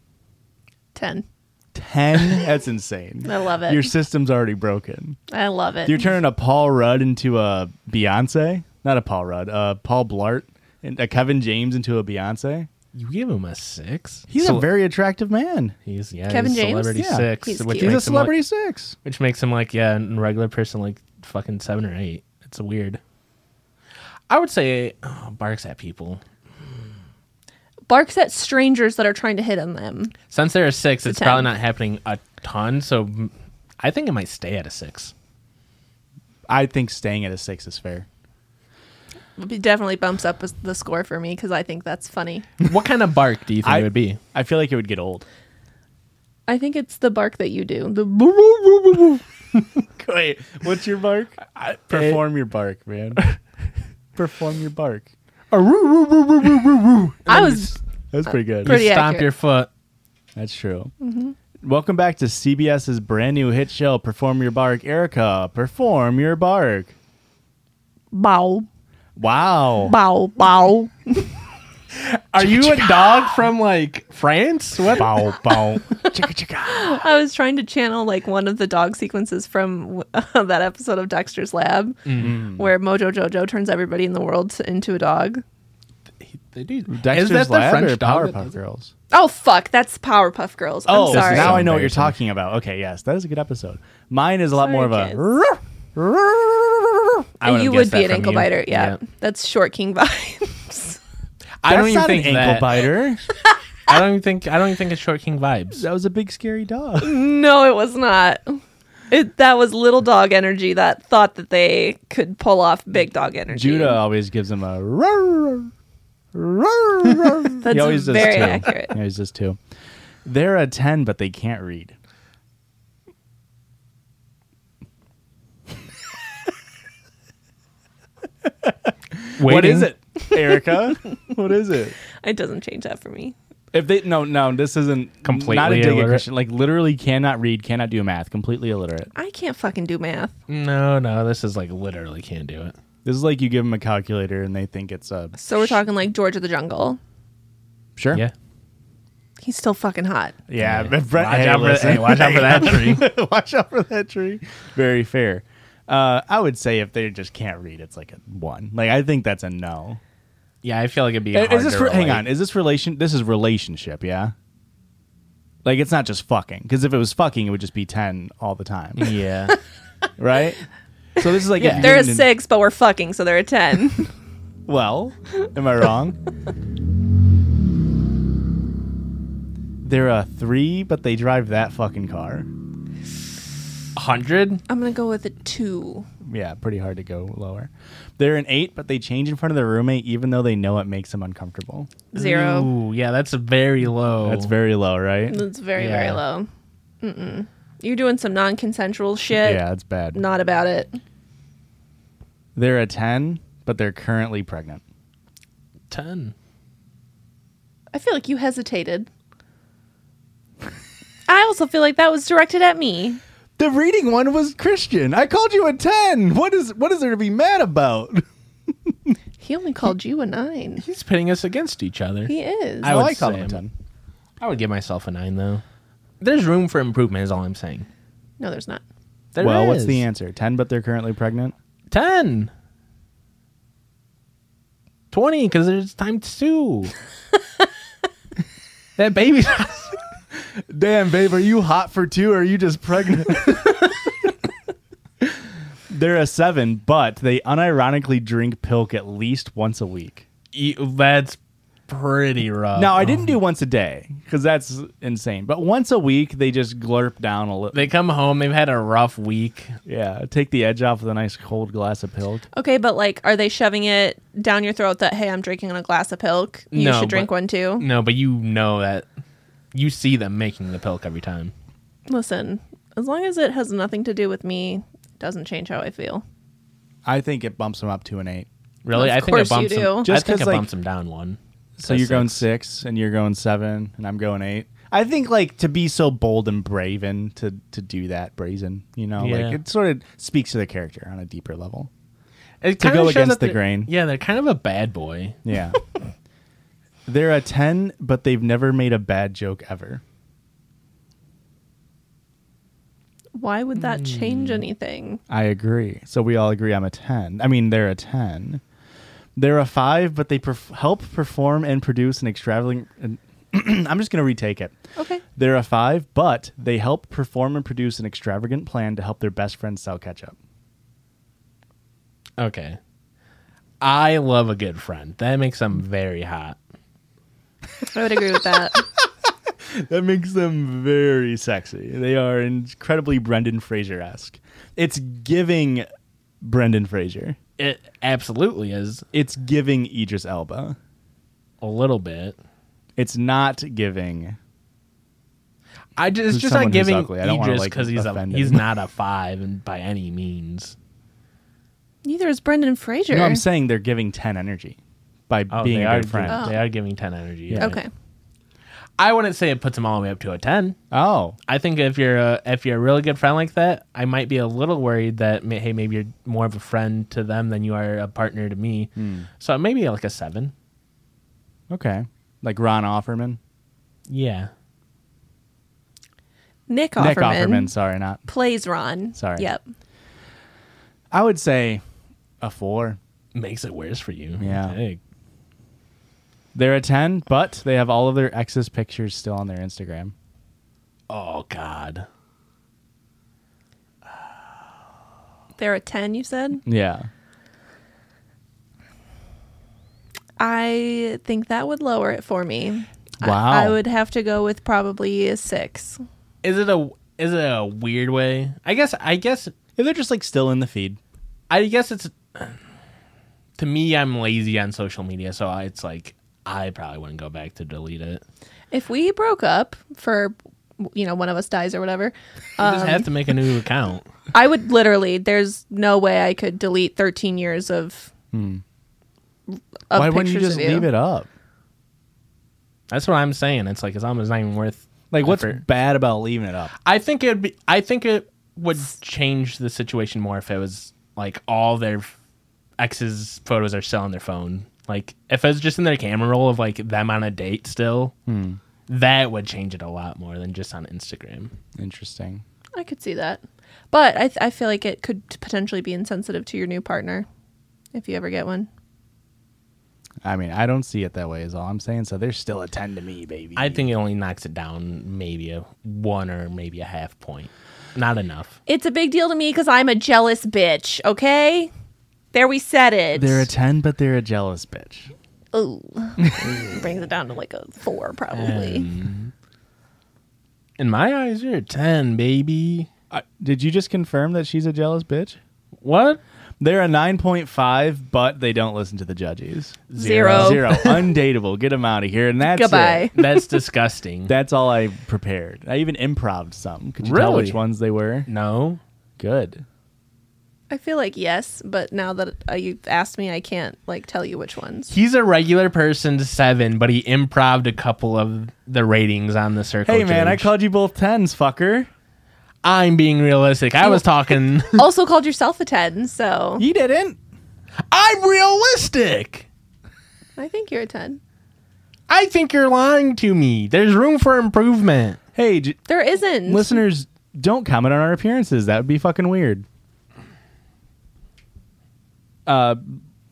S8: Ten.
S2: Ten. that's insane.
S8: I love it.
S2: Your system's already broken.
S8: I love it.
S2: You're turning a Paul Rudd into a Beyonce, not a Paul Rudd, a Paul Blart, and a Kevin James into a Beyonce.
S4: You give him a six.
S2: He's a very attractive man.
S4: He's yeah.
S8: Kevin
S4: he's
S8: James?
S4: celebrity
S2: Yeah.
S4: six,
S8: He's
S4: which
S2: He's a
S8: cute.
S4: makes him like-
S2: celebrity six.
S4: which makes him like yeah, and regular person like fucking seven or eight. It's weird. I would say oh, barks at people.
S8: Barks at strangers that are trying to hit on them.
S4: Since they're a six, it's,
S8: a
S4: probably
S8: 10.
S4: not happening a ton. So mm, I think it might stay at a six.
S2: I think staying at a six is fair.
S8: It definitely bumps up the score for me because I think that's funny.
S4: what kind of bark do you think
S2: I-
S4: it would be?
S2: I feel like it would get old.
S8: I think it's the bark that you do. The
S2: Wait, what's your bark? Perform your bark, man. Perform your bark.
S8: I was
S2: That's pretty good.
S8: Pretty
S4: you stomp
S8: accurate.
S4: your foot.
S2: That's true.
S8: Mm-hmm.
S2: Welcome back to CBS's brand new hit show, Perform Your Bark. Erica, perform your bark.
S8: bow
S2: Wow.
S8: bow bow.
S4: Are you a dog from like France? What?
S2: Bow, bow. Chicka, chicka.
S8: I was trying to channel like one of the dog sequences from uh, that episode of Dexter's Lab, where Mojo Jojo turns everybody in the world into a dog.
S4: They do.
S2: Dexter's
S4: Is that the
S2: Lab
S4: French
S2: or
S4: dog? that
S2: Powerpuff
S4: does it?
S2: Girls?
S8: Oh fuck, that's Powerpuff Girls.
S2: Oh,
S8: I'm sorry.
S2: now I know what you're
S4: Embarrassing.
S2: talking about. Okay, yes, that is a good episode. Mine is a lot
S8: Sorry,
S2: more of
S8: kids.
S2: a.
S4: I would've
S8: you
S4: guessed
S8: would
S4: that
S8: be an
S4: from
S8: ankle
S4: you.
S8: biter. Yeah.
S4: Yeah.
S8: that's Short King vibes.
S4: I don't
S2: That's
S4: even
S2: not
S4: think
S2: an ankle
S4: that.
S2: biter.
S4: I don't even think. I don't even think it's Short King vibes.
S2: that was a big scary dog.
S8: no, it was not. It that was little dog energy that thought that they could pull off big dog energy.
S2: Judah always gives him a. roar, roar, roar.
S8: That's
S2: he always does
S8: very
S2: too.
S8: accurate.
S2: He always does too. They're a ten, but they can't read. What is it, Erica? what is it?
S8: It doesn't change that for me.
S2: If they no no, this isn't
S4: Completely
S2: not a dig at
S4: illiterate.
S2: Christian. Like literally cannot read, cannot do math, completely illiterate.
S8: I can't fucking do math.
S4: No, no. This is like literally can't do it.
S2: This is like you give them a calculator and they think it's a
S8: So we're talking like George of the Jungle.
S2: sure.
S4: Yeah.
S8: He's still fucking hot.
S2: yeah. but Brett,
S4: Watch
S2: hey,
S4: out for-
S2: listen.
S4: hey, watch out for that tree.
S2: watch out for that tree. Very fair. Uh, I would say if they just can't read, it's like a one. Like I think that's a no.
S4: Yeah, I feel like it'd be.
S2: Is
S4: hard
S2: this
S4: to
S2: re- hang
S4: relate.
S2: on? Is this relation? This is relationship, yeah. Like it's not just fucking because if it was fucking, it would just be ten all the time,
S4: Yeah.
S2: right? So this is like if
S8: They're
S2: you're
S8: a
S2: in an-
S8: six, but we're fucking, so they're a ten.
S2: Well, am I wrong? They're a three, but they drive that fucking car.
S4: Hundred.
S8: I'm gonna go with a two.
S2: Yeah, pretty hard to go lower. They're an eight, but they change in front of their roommate even though they know it makes them uncomfortable.
S8: Zero.
S4: Ooh, yeah, that's very low.
S2: That's very low, right?
S8: That's very,
S4: Yeah.
S8: very low. Mm-mm. You're doing some non consensual shit.
S2: Yeah, it's bad.
S8: Not about it.
S2: They're a 10, but they're currently pregnant.
S4: 10.
S8: I feel like you hesitated. I also feel like that was directed at me.
S2: The reading one was Christian. I called you a 10. What is what is there to be mad about?
S8: He only called you a nine.
S4: He's pitting us against each other.
S8: He is.
S4: I
S2: Well,
S4: would
S2: I called
S4: say
S2: him a 10.
S4: I would give myself a 9, though. There's room for improvement, is all I'm saying.
S8: no, there's not.
S4: There
S2: well, what's
S4: is.
S2: the answer? 10 but they're currently pregnant?
S4: 10. 20, because there's times two. that baby's.
S2: Damn, babe, are you hot for two or are you just pregnant? They're a seven, but they unironically drink pilk at least once a week.
S4: You- That's pretty rough.
S2: Now, I didn't do once a day because that's insane, but once a week they just glurp down a little.
S4: They come home, they've had a rough week.
S2: Yeah, take the edge off with a nice cold glass of pilk.
S8: Okay, but like, are they shoving it down your throat that hey, I'm drinking a glass of pilk. You
S4: No,
S8: should drink
S4: but- Mm.
S8: one too.
S4: No, but you know that. You see them making the pilk every time.
S8: Listen, as long as it has nothing to do with me, it doesn't change how I feel.
S2: I think it bumps them up to an eight.
S4: Really?
S8: Of
S4: I think
S8: course
S4: it
S8: you
S4: bumps
S8: do.
S4: them.
S2: Just
S4: I think
S2: 'cause,
S4: it
S2: like-
S4: bumps them down one.
S2: So
S4: To
S2: you're going
S4: six.
S2: six, and you're going seven, and I'm going eight. I think like to be so bold and brave and to to do that brazen, you know,
S4: Yeah.
S2: like it sort of speaks to the character on a deeper level.
S4: It
S2: to
S4: kinda
S2: go
S4: shows
S2: against
S4: that
S2: the
S4: they're-
S2: grain.
S4: Yeah, they're kind of a bad boy.
S2: Yeah, they're a ten, but they've never made a bad joke ever.
S8: Why would that
S2: Hmm.
S8: change anything?
S2: I agree. So we all agree I'm a 10. I mean, they're a 10. They're a 5, but they perf- help perform and produce an extravagant. An I'm just going to retake it.
S8: Okay.
S2: They're a 5, but they help perform and produce an extravagant plan to help their best friend sell ketchup.
S4: Okay. I love a good friend. That makes them very hot.
S8: I would agree with that.
S2: That makes them very sexy. They are incredibly Brendan Fraser esque. It's giving Brendan Fraser,
S4: It absolutely is
S2: it's giving Idris Elba.
S4: a little bit.
S2: It's not giving.
S4: I just it's
S2: Who's
S4: just not
S2: someone who's
S4: giving
S2: ugly. I don't wanna,
S4: Idris
S2: like,
S4: because he's a,
S2: offend
S4: he's
S2: him.
S4: not a five and by any means.
S8: Neither is Brendan Fraser.
S2: You know, I'm saying they're giving 10 energy by
S4: Oh,
S2: being
S4: they
S2: a
S4: are
S2: good friend.
S4: Giving, They are giving ten energy. you're right.
S8: okay.
S4: I wouldn't say it puts him all the way up to a ten.
S2: Oh,
S4: I think if you're a, if you're a really good friend like that, I might be a little worried that ma- hey maybe you're more of a friend to them than you are a partner to me. So maybe like a seven.
S2: Oh, okay. Like Ron Offerman.
S4: Yeah.
S8: Nick Offerman,
S2: Nick Offerman, sorry, not.
S8: plays Ron.
S2: Sorry.
S8: Yep.
S2: I would say a four.
S4: Makes it worse for you.
S2: Yeah.
S4: Okay.
S2: They're a 10, but they have all of their ex's pictures still on their Instagram.
S4: Oh God.
S8: They're a 10, you said?
S2: Yeah.
S8: I think that would lower it for me. I-
S2: Wow.
S8: I, would have to go with probably a six.
S4: Is it a is it a weird way? I guess I guess
S2: Yeah, they're just like still in the feed.
S4: I guess it's to me I'm lazy on social media, so I, it's like I probably wouldn't go back to delete it.
S8: If we broke up for, you know, one of us dies or whatever,
S4: You just have to make a new account.
S8: I would literally, there's no way I could delete 13 years of. of
S2: Hmm. Why wouldn't you
S8: pictures
S2: just
S8: of
S2: leave it up?
S4: That's what I'm saying. It's like it's almost not even worth.
S2: Like, what's
S4: effort.
S2: bad about leaving it up?
S4: I think it'd be. I think it would change the situation more if it was like all their exes' photos are still on their phone. Like if it was just in their camera roll of like them on a date still, that would change it a lot more than just on Instagram.
S2: Interesting.
S8: I could see that. But I, th- I feel like it could potentially be insensitive to your new partner if you ever get one.
S2: I mean, I don't see it that way, is all I'm saying. So they're still a 10 to me, baby.
S4: I think it only knocks it down maybe a one or maybe a half point. Not enough.
S8: It's a big deal to me because I'm a jealous bitch, okay? There we said it.
S2: they're a 10, but they're a jealous bitch.
S8: Ooh. Brings it down to like a four, probably.
S2: Um.
S4: In my eyes, you're a ten, baby.
S2: Did you just confirm that she's a jealous bitch?
S4: What?
S2: They're a 9.5, but they don't listen to the judges.
S8: Zero.
S2: Zero. Undateable. Get them out of here. And that's
S8: Goodbye.
S2: it.
S4: That's disgusting.
S2: That's all I prepared. I even improv some. Could you tell
S4: Really?
S2: which ones they were?
S4: no.
S2: Good.
S3: I feel like yes, but now that uh, you've asked me, I can't like tell you which ones.
S4: He's a regular person seven, but he improved a couple of the ratings on the circle.
S2: Hey man, I
S4: Jerk.
S2: called you both tens, fucker.
S4: I'm being realistic. I was talking.
S3: also called yourself a 10, so
S2: You didn't.
S4: I'm realistic.
S3: I think you're a 10.
S4: I think you're lying to me. There's room for improvement.
S2: Hey, j-
S3: There isn't.
S2: listeners, don't comment on our appearances. That would be fucking weird. Uh,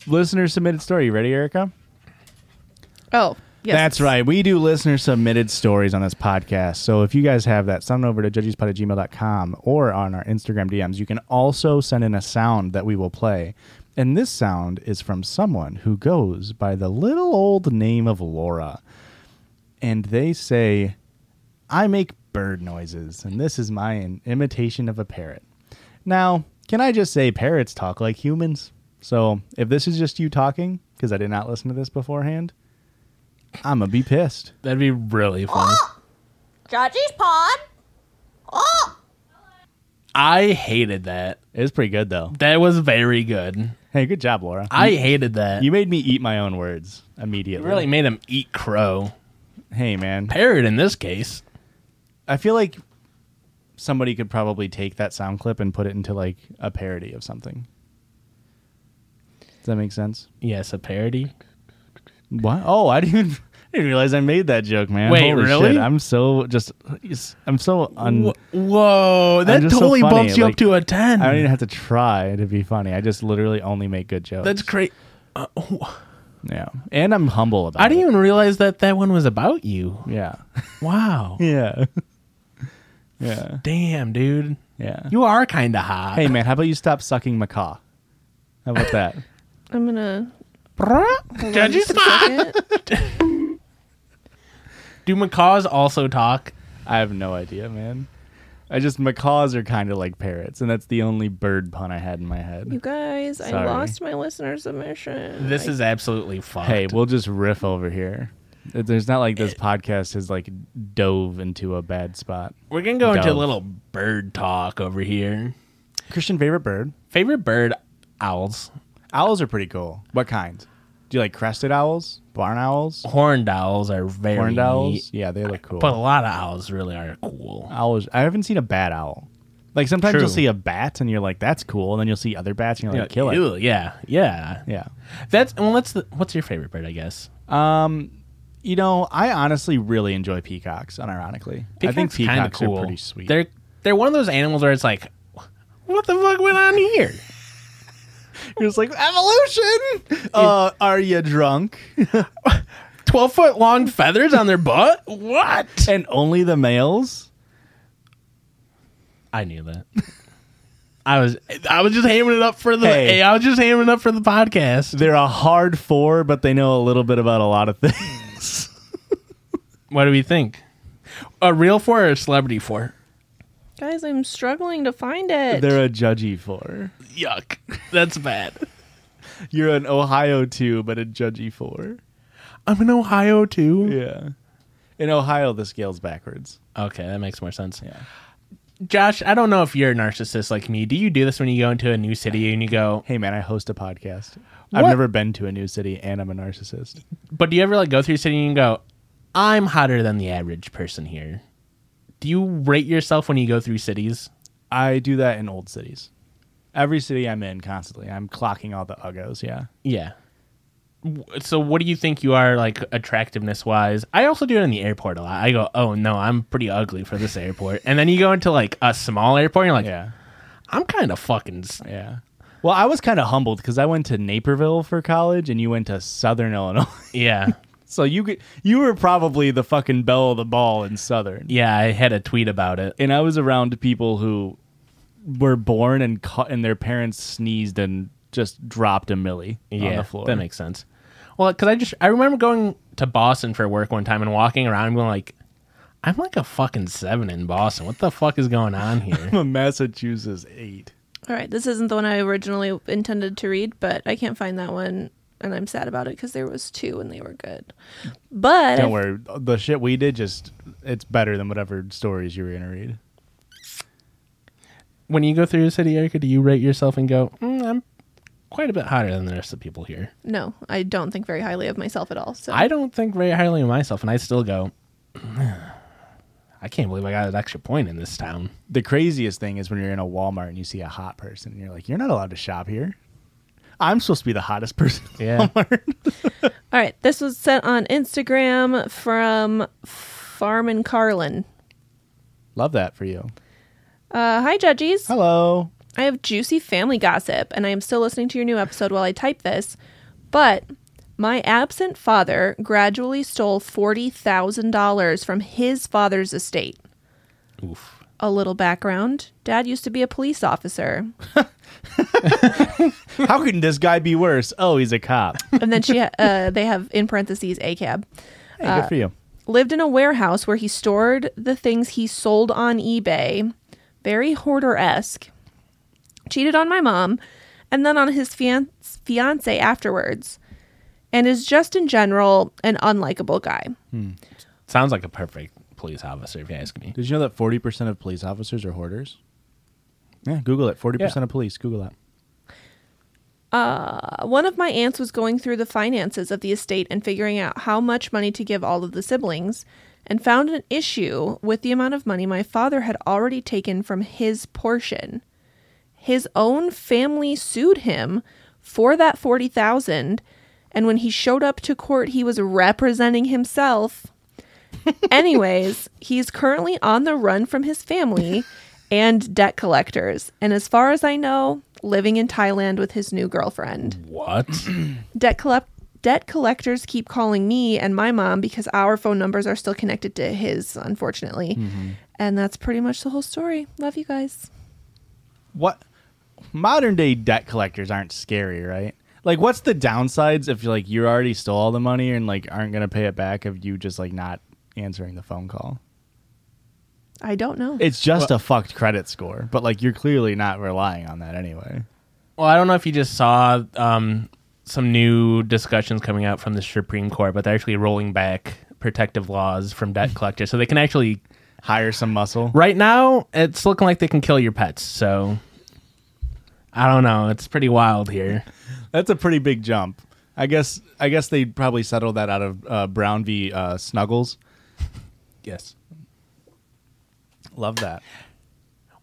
S2: listener submitted story. You ready, Erica?
S3: Oh, yes.
S2: That's right. We do listener submitted stories on this podcast. So if you guys have that, send it over to judgespot at gmail.com or on our Instagram DMs. You can also send in a sound that we will play. And this sound is from someone who goes by the little old name of Laura. And they say, I make bird noises, and this is my im- imitation of a parrot. Now, can I just say parrots talk like humans? So if this is just you talking, because I did not listen to this beforehand, I'm gonna be pissed.
S4: That'd be really funny.
S9: Judgy's Pod. Oh,
S4: I hated that.
S2: It was pretty good though.
S4: That was very good.
S2: Hey, good job, Laura.
S4: I hated that.
S2: you
S4: You
S2: made me eat my own words immediately.
S4: really made him eat crow.
S2: Hey, man.
S4: Parrot in this case.
S2: I feel like somebody could probably take that sound clip and put it into like a parody of something. Does that make sense?
S4: Yes, a parody.
S2: What? Oh, I didn't. even- I didn't realize I made that joke, man.
S4: Wait,
S2: Holy
S4: really?
S2: shit, I'm so just. I'm so un.
S4: Whoa, that
S2: just so
S4: totally
S2: funny,
S4: bumps you
S2: like,
S4: up to a ten.
S2: I don't even have to try to be funny. I just literally only make good jokes.
S4: That's great.
S2: yeah, and I'm humble about.
S4: I didn't
S2: it.
S4: even realize that that one was about you.
S2: Yeah.
S4: Wow.
S2: Yeah. yeah.
S4: Damn, dude.
S2: Yeah.
S4: You are kind of hot.
S2: Hey man, how about you stop sucking macaw? How about that?
S3: I'm going
S4: Judge is not-
S3: to
S4: Do macaws also talk?
S2: I have no idea, man. I just macaws are kind of like parrots, and that's the only bird pun I had in my
S3: You
S2: head.
S3: guys, I
S2: Sorry.
S3: lost my listener submission.
S4: This
S3: I-
S4: is absolutely fucked.
S2: Hey, we'll just riff over here. There's not like this podcast has like dove into a bad spot.
S4: we're gonna go into a
S2: Dove.
S4: little bird talk over here.
S2: Christian favorite bird?
S4: Favorite bird? Owls,
S2: Owls are pretty cool. What kind? Do you like crested owls, barn owls,
S4: horned owls are very
S2: horned owls? Uh,
S4: neat,
S2: Oh, Yeah, they look cool.
S4: but a lot of owls really are cool.
S2: owls. I haven't seen a bad owl. Like sometimes
S4: True.
S2: you'll see a bat and you're like, that's cool, and then you'll see other bats and you're like, kill it.
S4: Ew, yeah, yeah,
S2: Yeah.
S4: That's well. That's the, what's your favorite bird? I guess
S2: You know, I honestly really enjoy peacocks, unironically. I
S4: Peacock's
S2: think
S4: kinda
S2: peacocks are pretty sweet.
S4: They're they're one of those animals where it's like, what the fuck went on here?
S2: just like evolution. Uh, are you drunk?
S4: Twelve foot long feathers on their butt? What?
S2: and only the males?
S4: I knew that. I was I was just hamming it up for the
S2: Hey.
S4: hey, I was just hamming it up for the podcast.
S2: They're a hard four, but they know a little bit about a lot of things.
S4: What do we think? A real four or a celebrity four?
S3: Guys, I'm struggling to find it.
S2: They're a judgy four.
S4: Yuck. That's bad.
S2: You're an Ohio two, but a judgy four.
S4: I'm in Ohio too.
S2: Yeah. In Ohio, the scale's backwards.
S4: Okay, that makes more sense.
S2: Yeah.
S4: Josh, I don't know if you're a narcissist like me. Do you do this when you go into a new city and you go,
S2: Hey man, I host a podcast. I've
S4: What?
S2: never been to a new city, and I'm a narcissist.
S4: but do you ever like go through a city and you go, I'm hotter than the average person here? Do you rate yourself when you go through cities?
S2: I do that in old cities. Every city I'm in, constantly, I'm clocking all the uggos. Yeah.
S4: Yeah. W- So what do you think you are like attractiveness wise? I also do it in the airport a lot. I go, oh no, I'm pretty ugly for this airport, and then you go into like a small airport, and you're like,
S2: Yeah.
S4: I'm kind of fucking. s-
S2: Yeah. Well, I was kind of humbled because I went to Naperville for college, and you went to Southern Illinois.
S4: Yeah,
S2: so you could, you were probably the fucking bell of the ball in Southern.
S4: yeah. I had a tweet about it.
S2: And I was around people who were born and caught, and their parents sneezed and just dropped a millie on
S4: yeah,
S2: the floor.
S4: that makes sense. Well, because I just I remember going to Boston for work one time and walking around and being like, I'm like a fucking seven in Boston. What the fuck is going on here?
S2: I'm a Massachusetts eight.
S3: All right, this isn't the one I originally intended to read, but I can't find that one and I'm sad about it because there was two and they were good. But
S2: Don't worry, the shit we did just it's better than whatever stories you were gonna read.
S4: when you go through the city, Erica, do you rate yourself and go, mm, I'm quite a bit hotter than the rest of the people here?
S8: No, I don't think very highly of myself at all. So
S4: I don't think very highly of myself, and I still go, I can't believe I got an extra point in this town.
S2: The craziest thing is when you're in a Walmart and you see a hot person and you're like, you're not allowed to shop here. I'm supposed to be the hottest person. in
S4: Yeah.
S2: Walmart.
S8: All right, this was sent on Instagram from Farman Carlin.
S2: Love that for you.
S8: Uh, hi, judges.
S2: Hello.
S8: I have juicy family gossip, and I am still listening to your new episode while I type this. But my absent father gradually stole $40,000 from his father's estate.
S4: Oof.
S8: A little background Dad used to be a police officer,
S2: How can this guy be worse? Oh, he's a cop.
S8: and then she, uh, they have in parentheses ACAB.
S2: Hey, good for you.
S8: lived in a warehouse where he stored the things he sold on eBay, very hoarder esque, cheated on my mom, and then on his fian- fiance afterwards, and is just in general an unlikable guy.
S4: Sounds like a perfect police officer, if you ask me.
S2: Did you know that 40% of police officers are hoarders? Yeah, Google it. 40%
S4: Yeah.
S2: of police. Google that.
S8: Uh, one of my aunts was going through the finances of the estate and figuring out how much money to give all of the siblings. And found an issue with the amount of money my father had already taken from his portion. his own family sued him for that 40,000 and when he showed up to court he was representing himself anyways he's currently on the run from his family and debt collectors and as far as i know living in thailand with his new girlfriend
S4: What?
S8: debt collect debt collectors keep calling me and my mom because our phone numbers are still connected to his unfortunately
S2: Mm-hmm.
S8: and that's pretty much the whole story love you guys
S2: What? Modern day debt collectors aren't scary, right? Like, what's the downsides if like you already stole all the money and like aren't gonna pay it back of you just like not answering the phone call?
S8: i don't know
S2: It's just a fucked credit score, but like you're clearly not relying on that anyway.
S4: Well, I don't know if you just saw um, some new discussions coming out from the Supreme Court, but they're actually rolling back protective laws from debt collectors, so they can actually.
S2: Hire some muscle.
S4: Right now, it's looking like they can kill your pets. So, I don't know. It's pretty wild here.
S2: That's a pretty big jump. I guess I guess they probably settled that out of uh, Brown v. Uh, Snuggles.
S4: Yes.
S2: Love that.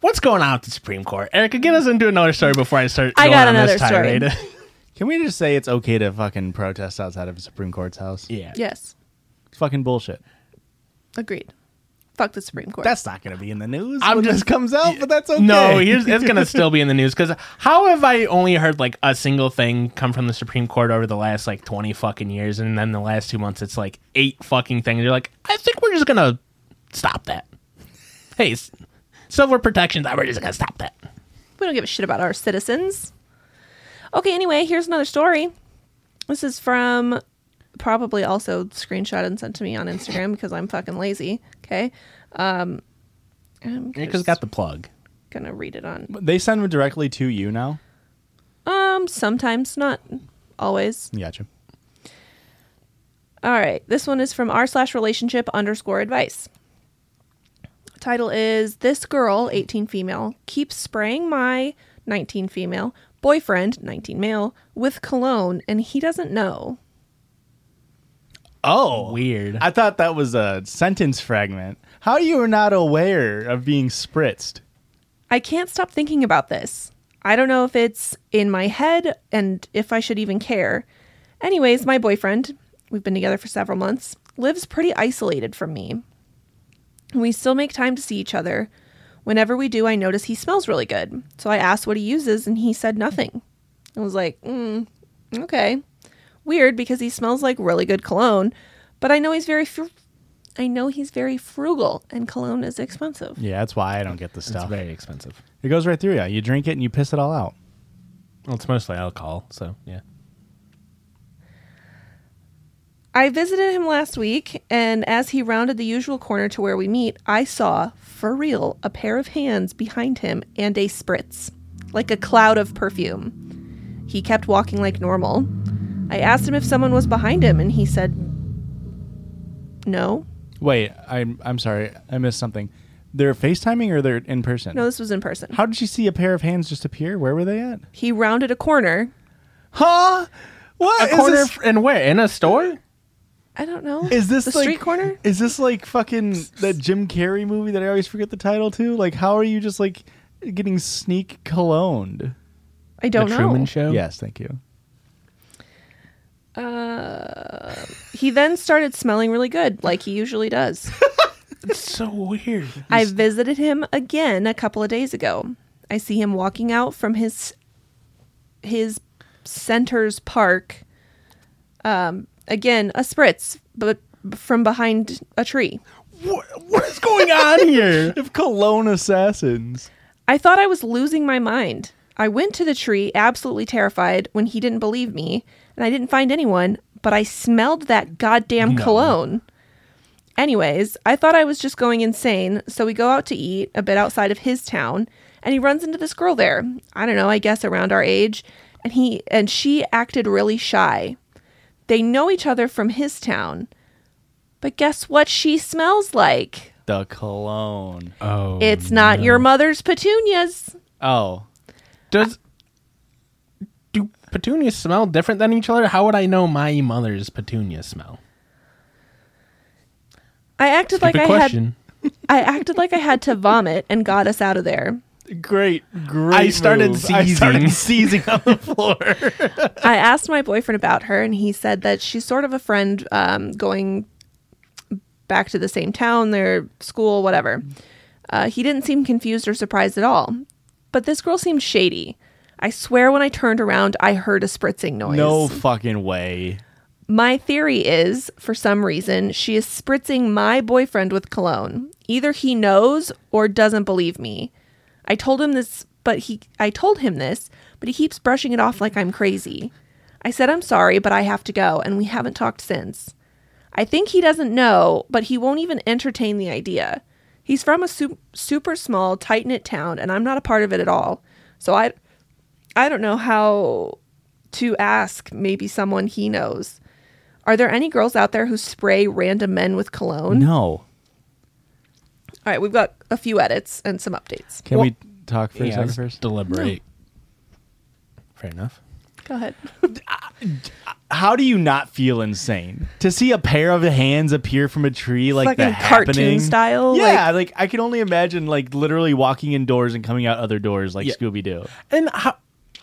S4: What's going on with the Supreme Court? Erica, get us into another story before I start.
S8: I
S4: going
S8: got
S4: on
S8: another
S4: this
S8: story.
S4: tirade.
S2: Can we just say it's okay to fucking protest outside of the Supreme Court's house?
S4: yeah.
S8: yes
S2: It's fucking bullshit.
S8: Agreed. Fuck the Supreme Court.
S2: That's not going to be in the news
S4: I'm
S2: when
S4: just-
S2: this comes out, but that's okay.
S4: No, here's, it's going to still be in the news because how have I only heard like a single thing come from the Supreme Court over the last like 20 fucking years? And then the last two months, it's like eight fucking things. You're like, I think we're just going to stop that. Hey, s- silver protections, we're just going to stop that.
S8: we don't give a shit about our citizens. Okay, anyway, here's another story. This is from probably also screenshot and sent to me on Instagram because I'm fucking lazy. Okay. Um, I'm
S4: Erica's
S8: just
S4: got the plug.
S8: gonna read it on.
S2: They send them directly to you now.
S8: Um, sometimes, not always.
S2: Gotcha.
S8: All right. This one is from r slash relationship underscore advice. Title is This Girl, 18 female, keeps spraying my 19 female boyfriend, 19 male, with cologne and he doesn't know.
S2: Oh,
S4: Weird.
S2: I thought that was a sentence fragment. How you are not aware of being spritzed?
S8: I can't stop thinking about this. I don't know if it's in my head and if I should even care. Anyways, my boyfriend, we've been together for several months, lives pretty isolated from me. We still make time to see each other. Whenever we do, I notice he smells really good. So I asked what he uses and he said nothing. I was like, mm, okay. Weird because he smells like really good cologne, but I know he's very fr- I know he's very frugal and cologne is expensive.
S2: Yeah, that's why I don't get the stuff.
S4: very expensive.
S2: It goes right through you. You drink it and you piss it all out.
S4: Well, it's mostly alcohol. So, yeah.
S8: I visited him last week, and as he rounded the usual corner to where we meet, I saw, for real, a pair of hands behind him and a spritz, like a cloud of perfume. He kept walking like normal. I asked him if someone was behind him, and he said, No.
S2: Wait, I'm I'm sorry, I missed something. They're FaceTiming or they're in person?
S8: No, this was in person.
S2: How did you see a pair of hands just appear? Where were they at?
S8: He rounded a corner.
S2: Huh? What?
S4: A corner f- and where? In a store?
S8: I don't know.
S2: Is this
S8: the
S2: like,
S8: street corner?
S2: Is this like fucking that Jim Carrey movie that I always forget the title to? Like, how are you just like getting sneak cologned?
S8: I don't
S4: the
S8: know.
S4: Truman Show?
S2: Yes, thank you.
S8: He then started smelling really good, like he usually does.
S4: It's so weird.
S8: I visited him again a couple of days ago. I see him walking out from his his center's park. Um, again, a spritz, but from behind a tree.
S2: What, what is going on here? if cologne assassins.
S8: I thought I was losing my mind. I went to the tree, absolutely terrified, when he didn't believe me, and I didn't find anyone, but I smelled that goddamn cologne. Anyways, I thought I was just going insane, so we go out to eat a bit outside of his town, and he runs into this girl there. I don't know, I guess around our age, and he and she acted really shy. They know each other from his town. But guess what she smells like?
S2: The cologne.
S4: Oh.
S8: It's not your mother's petunias.
S2: Oh.
S4: Does do petunias smell different than each other? How would I know my mother's petunia smell?
S8: I acted like
S4: Good
S8: I
S4: question.
S8: had I acted like I had to vomit and got us out of there.
S2: Great, great.
S4: I started
S2: move.
S4: seizing.
S2: I started
S4: seizing on the floor.
S8: I asked my boyfriend about her and he said that she's sort of a friend um, going back to the same town, their school, whatever. Uh, he didn't seem confused or surprised at all. But this girl seemed shady. I swear when I turned around, I heard a spritzing noise.
S2: No fucking way.
S8: My theory is, for some reason, she is spritzing my boyfriend with cologne. Either he knows or doesn't believe me. I told him this, but he I told him this, but he keeps brushing it off like I'm crazy. I said I'm sorry, but I have to go, and we haven't talked since. I think he doesn't know, but he won't even entertain the idea. He's from a su- super small, tight-knit town, and I'm not a part of it at all. So I I don't know how to ask maybe someone he knows. Are there any girls out there who spray random men with cologne?
S2: No.
S8: All right, we've got a few edits and some updates.
S2: Can
S4: Well-
S2: we talk for a second
S4: let's
S2: first?
S4: deliberate. Fair enough.
S8: Go ahead.
S2: How do you not feel insane to see a pair of hands appear from a tree like
S8: Fucking
S2: that
S8: cartoon
S2: happening?
S8: style,
S2: Yeah, like, I can only imagine like literally walking indoors and coming out other doors like
S4: Yeah.
S2: Scooby Doo.
S4: And how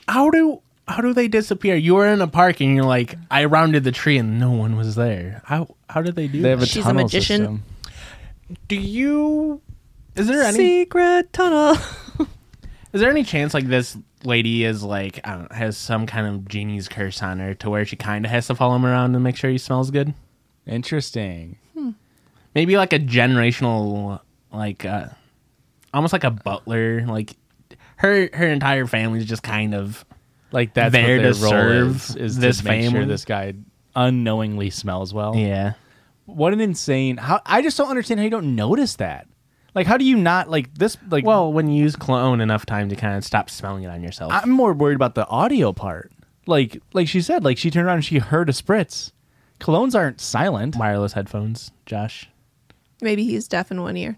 S4: how do how do they disappear? You were in a park and you're like, I rounded the tree and no one was there. How how did they do that?
S8: She's a tunnel magician. system.
S4: do you is there any
S8: Secret tunnel.
S4: is there any chance like this lady is like I don't know, has some kind of genie's curse on her to where she kind of has to follow him around and make sure he smells good?
S2: Interesting.
S4: Maybe like a generational like uh almost like a butler like her her entire family's just kind of
S2: Like that's
S4: There
S2: what their
S4: to
S2: role
S4: serve
S2: is, is
S4: this
S2: to make sure
S4: family.
S2: this guy unknowingly smells well.
S4: yeah.
S2: What an insane! How I just don't understand how you don't notice that. Like, how do you not like this? Like,
S4: Well, when you use cologne enough time to kind of stop smelling it on yourself.
S2: I'm more worried about the audio part. Like like she said, like she turned around and she heard a spritz. Colognes aren't silent
S4: wireless headphones, Josh.
S8: Maybe he's deaf in one ear.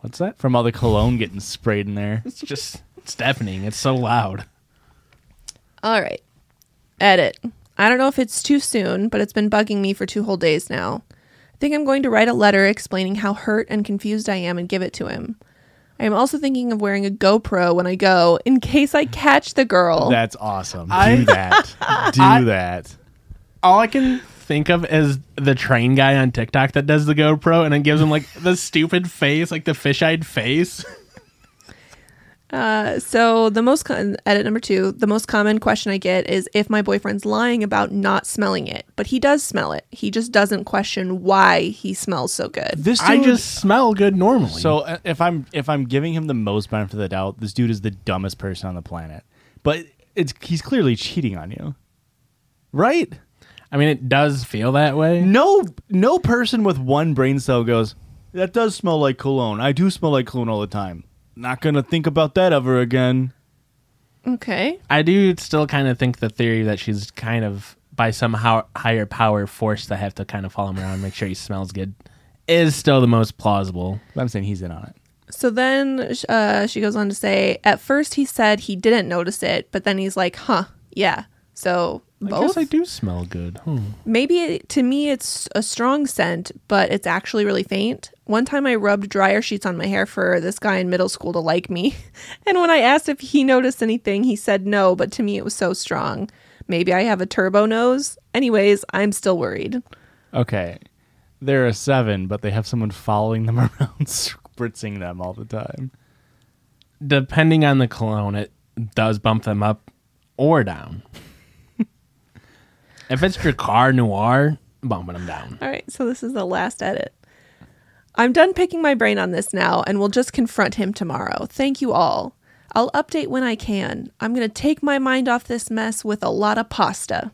S4: What's that?
S2: from all the cologne getting sprayed in there.
S4: It's just it's deafening. It's so loud.
S8: All right. Edit. I don't know if it's too soon, but it's been bugging me for two whole days now. I think I'm going to write a letter explaining how hurt and confused I am and give it to him. I am also thinking of wearing a GoPro when I go in case I catch the girl.
S2: That's awesome. Do that. Do that.
S4: All I can think of is the train guy on TikTok that does the GoPro and it gives him like the stupid face, like the fish-eyed face.
S8: So the most con- edit number two, the most common question I get is if my boyfriend's lying about not smelling it, but he does smell it. He just doesn't question why he smells so good.
S2: This dude,
S4: I just smell good normally.
S2: so uh, if I'm if I'm giving him the most benefit of the doubt, this dude is the dumbest person on the planet. But it's he's clearly cheating on you, right?
S4: I mean, it does feel that way.
S2: No, no person with one brain cell goes. That does smell like cologne. I do smell like cologne all the time. Not gonna think about that ever again.
S8: Okay.
S4: I do still kind of think the theory that she's kind of by some how- higher power forced to have to kind of follow him around, make sure he smells good, is still the most plausible.
S2: But I'm saying he's in on it.
S8: So then sh- uh, she goes on to say, at first he said he didn't notice it, but then he's like, huh, yeah. So
S4: I guess
S8: both.
S4: I do smell good. Hmm.
S8: Maybe it, to me it's a strong scent, but it's actually really faint. One time I rubbed dryer sheets on my hair for this guy in middle school to like me. And when I asked if he noticed anything, he said no, but to me it was so strong. Maybe I have a turbo nose. Anyways, I'm still worried.
S2: Okay. There are seven, but they have someone following them around, spritzing them all the time.
S4: Depending on the cologne, it does bump them up or down. if it's Dracar Noir, bumping them down.
S8: All right, so this is the last edit. I'm done picking my brain on this now and we will just confront him tomorrow. Thank you all. I'll update when I can. I'm going to take my mind off this mess with a lot of pasta.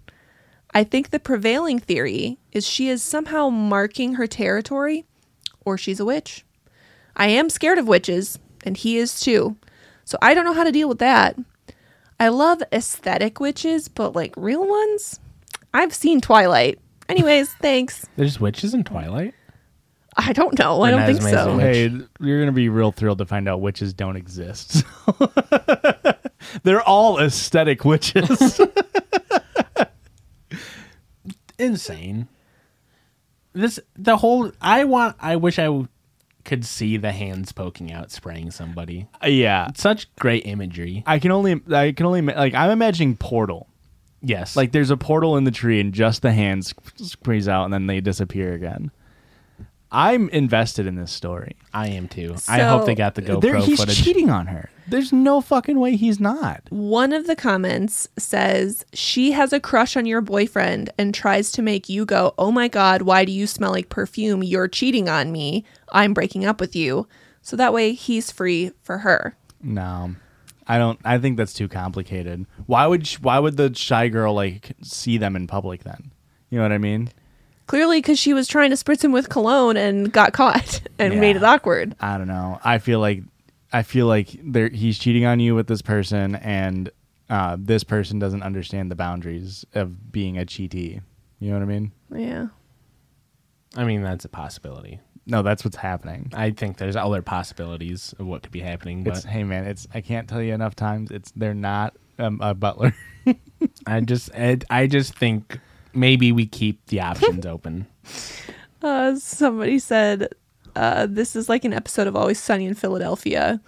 S8: I think the prevailing theory is she is somehow marking her territory or she's a witch. I am scared of witches and he is too. So I don't know how to deal with that. I love aesthetic witches, but like real ones? I've seen Twilight. Anyways, thanks.
S4: There's witches in Twilight.
S8: I don't know. I
S4: Then
S8: don't
S4: that is
S8: think
S4: amazing.
S8: so.
S4: Witch.
S2: Hey, you're going to be real thrilled to find out witches don't exist. They're all aesthetic witches.
S4: Insane. This the whole. I want. I wish I w- could see the hands poking out, spraying somebody.
S2: yeah.
S4: Such great imagery.
S2: I can only I can only like I'm imagining portal.
S4: Yes.
S2: Like there's a portal in the tree and just the hands squeeze out and then they disappear again. I'm invested in this story.
S4: I am too. I hope they
S8: So-
S4: got the
S2: uh, There-
S4: GoPro
S2: he's
S4: footage.
S2: cheating on her. There's no fucking way he's not.
S8: One of the comments says she has a crush on your boyfriend and tries to make you go, "Oh my god, why do you smell like perfume? You're cheating on me. I'm breaking up with you." So that way he's free for her.
S2: No, I don't. I think that's too complicated. Why would sh- why would the shy girl like see them in public then? You know what I mean?
S8: Clearly cuz she was trying to spritz him with cologne and got caught and
S2: Yeah.
S8: made it awkward.
S2: I don't know. I feel like I feel like there he's cheating on you with this person, and uh, this person doesn't understand the boundaries of being a cheatee. You know what I mean?
S8: Yeah.
S4: I mean, that's a possibility.
S2: No, that's what's happening.
S4: I think there's other possibilities of what could be happening, but
S2: It's hey man, it's I can't tell you enough times. It's they're not um, a butler.
S4: I just I, I just think maybe we keep the options open.
S8: Uh, somebody said uh, this is like an episode of Always Sunny in Philadelphia,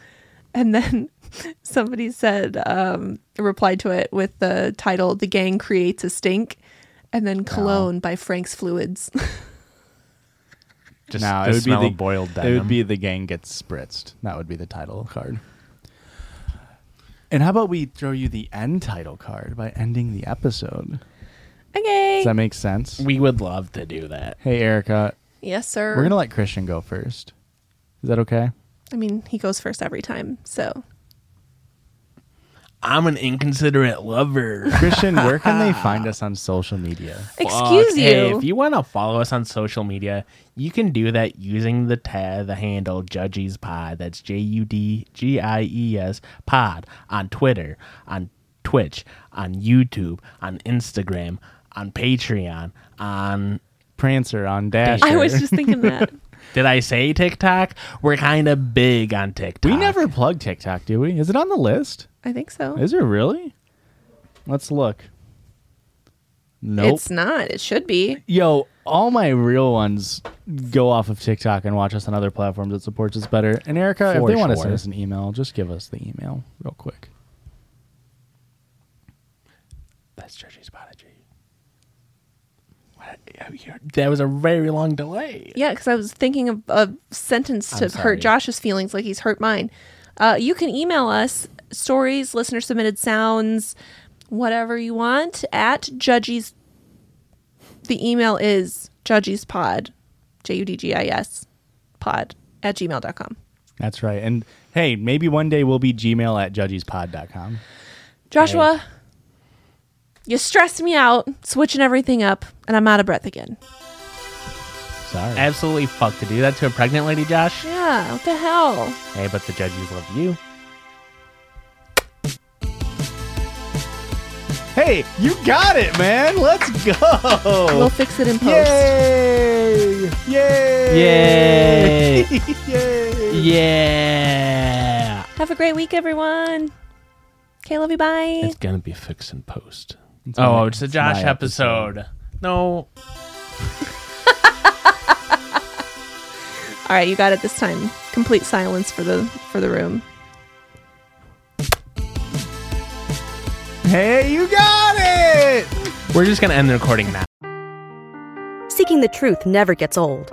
S8: and then somebody said um, replied to it with the title "The Gang Creates a Stink," and then "Cologne" by Frank's Fluids.
S4: Just
S2: no,
S4: the
S2: it would
S4: smell
S2: be the
S4: of boiled
S2: It
S4: denim.
S2: would be the gang gets spritzed. That would be the title card. And how about we throw you the end title card by ending the episode?
S8: okay.
S2: Does that make sense?
S4: we would love to do that.
S2: Hey, Erica,
S8: yes, sir.
S2: we're gonna let Christian go first. Is that okay?
S8: I mean, he goes first every time, so
S4: I'm an inconsiderate lover.
S2: Christian, where can they find us on social media?
S8: excuse you.
S4: Hey, if you want to follow us on social media, you can do that using the tag, the handle Judges Pod. That's J U D G I E S Pod on Twitter, on Twitch, on YouTube, on Instagram, on Patreon, on
S2: Prancer on Dash.
S8: I was just thinking that.
S4: did I say TikTok? We're kind of big on TikTok.
S2: We never plug TikTok, do we? Is it on the list?
S8: I think so.
S2: Is it really? Let's look. Nope.
S8: It's not. It should be.
S2: Yo, all my real ones go off of TikTok and watch us on other platforms that supports us better. And Erica, if
S4: For
S2: they want to
S4: sure.
S2: send us an email, just give us the email real quick.
S4: That's Judges Pod. at J- What- Oh, you're- That was a very long delay.
S8: Yeah, because I was thinking of a sentence to
S4: I'm sorry.
S8: hurt Josh's feelings like he's hurt mine. Uh, you can email us stories, listener submitted sounds, whatever you want at judges. The email is judgiespod, J U D G I S, pod at gmail.com.
S2: That's right. And hey, maybe one day we'll be gmail at judgespod.com.
S8: Joshua, you stressed me out, switching everything up, and I'm out of breath again.
S2: Sorry.
S4: Absolutely fuck to do that to a pregnant lady, Josh.
S8: Yeah, what the hell?
S4: Hey, but the judges love you.
S2: hey, you got it, man. Let's
S8: We'll
S2: go.
S8: fix it in post.
S2: Yay. Yay.
S4: Yay!
S2: Yay.
S4: Yeah.
S3: Have a great week, everyone. Okay, love you. Bye.
S4: It's gonna be fixed in post.
S2: my-
S4: oh, it's a
S2: it's
S4: Josh
S2: my
S4: episode. No.
S3: All right, you got it this time. Complete silence for the for the room.
S1: Hey, you got it!
S4: We're just gonna end the recording now.
S10: Seeking the truth never gets old.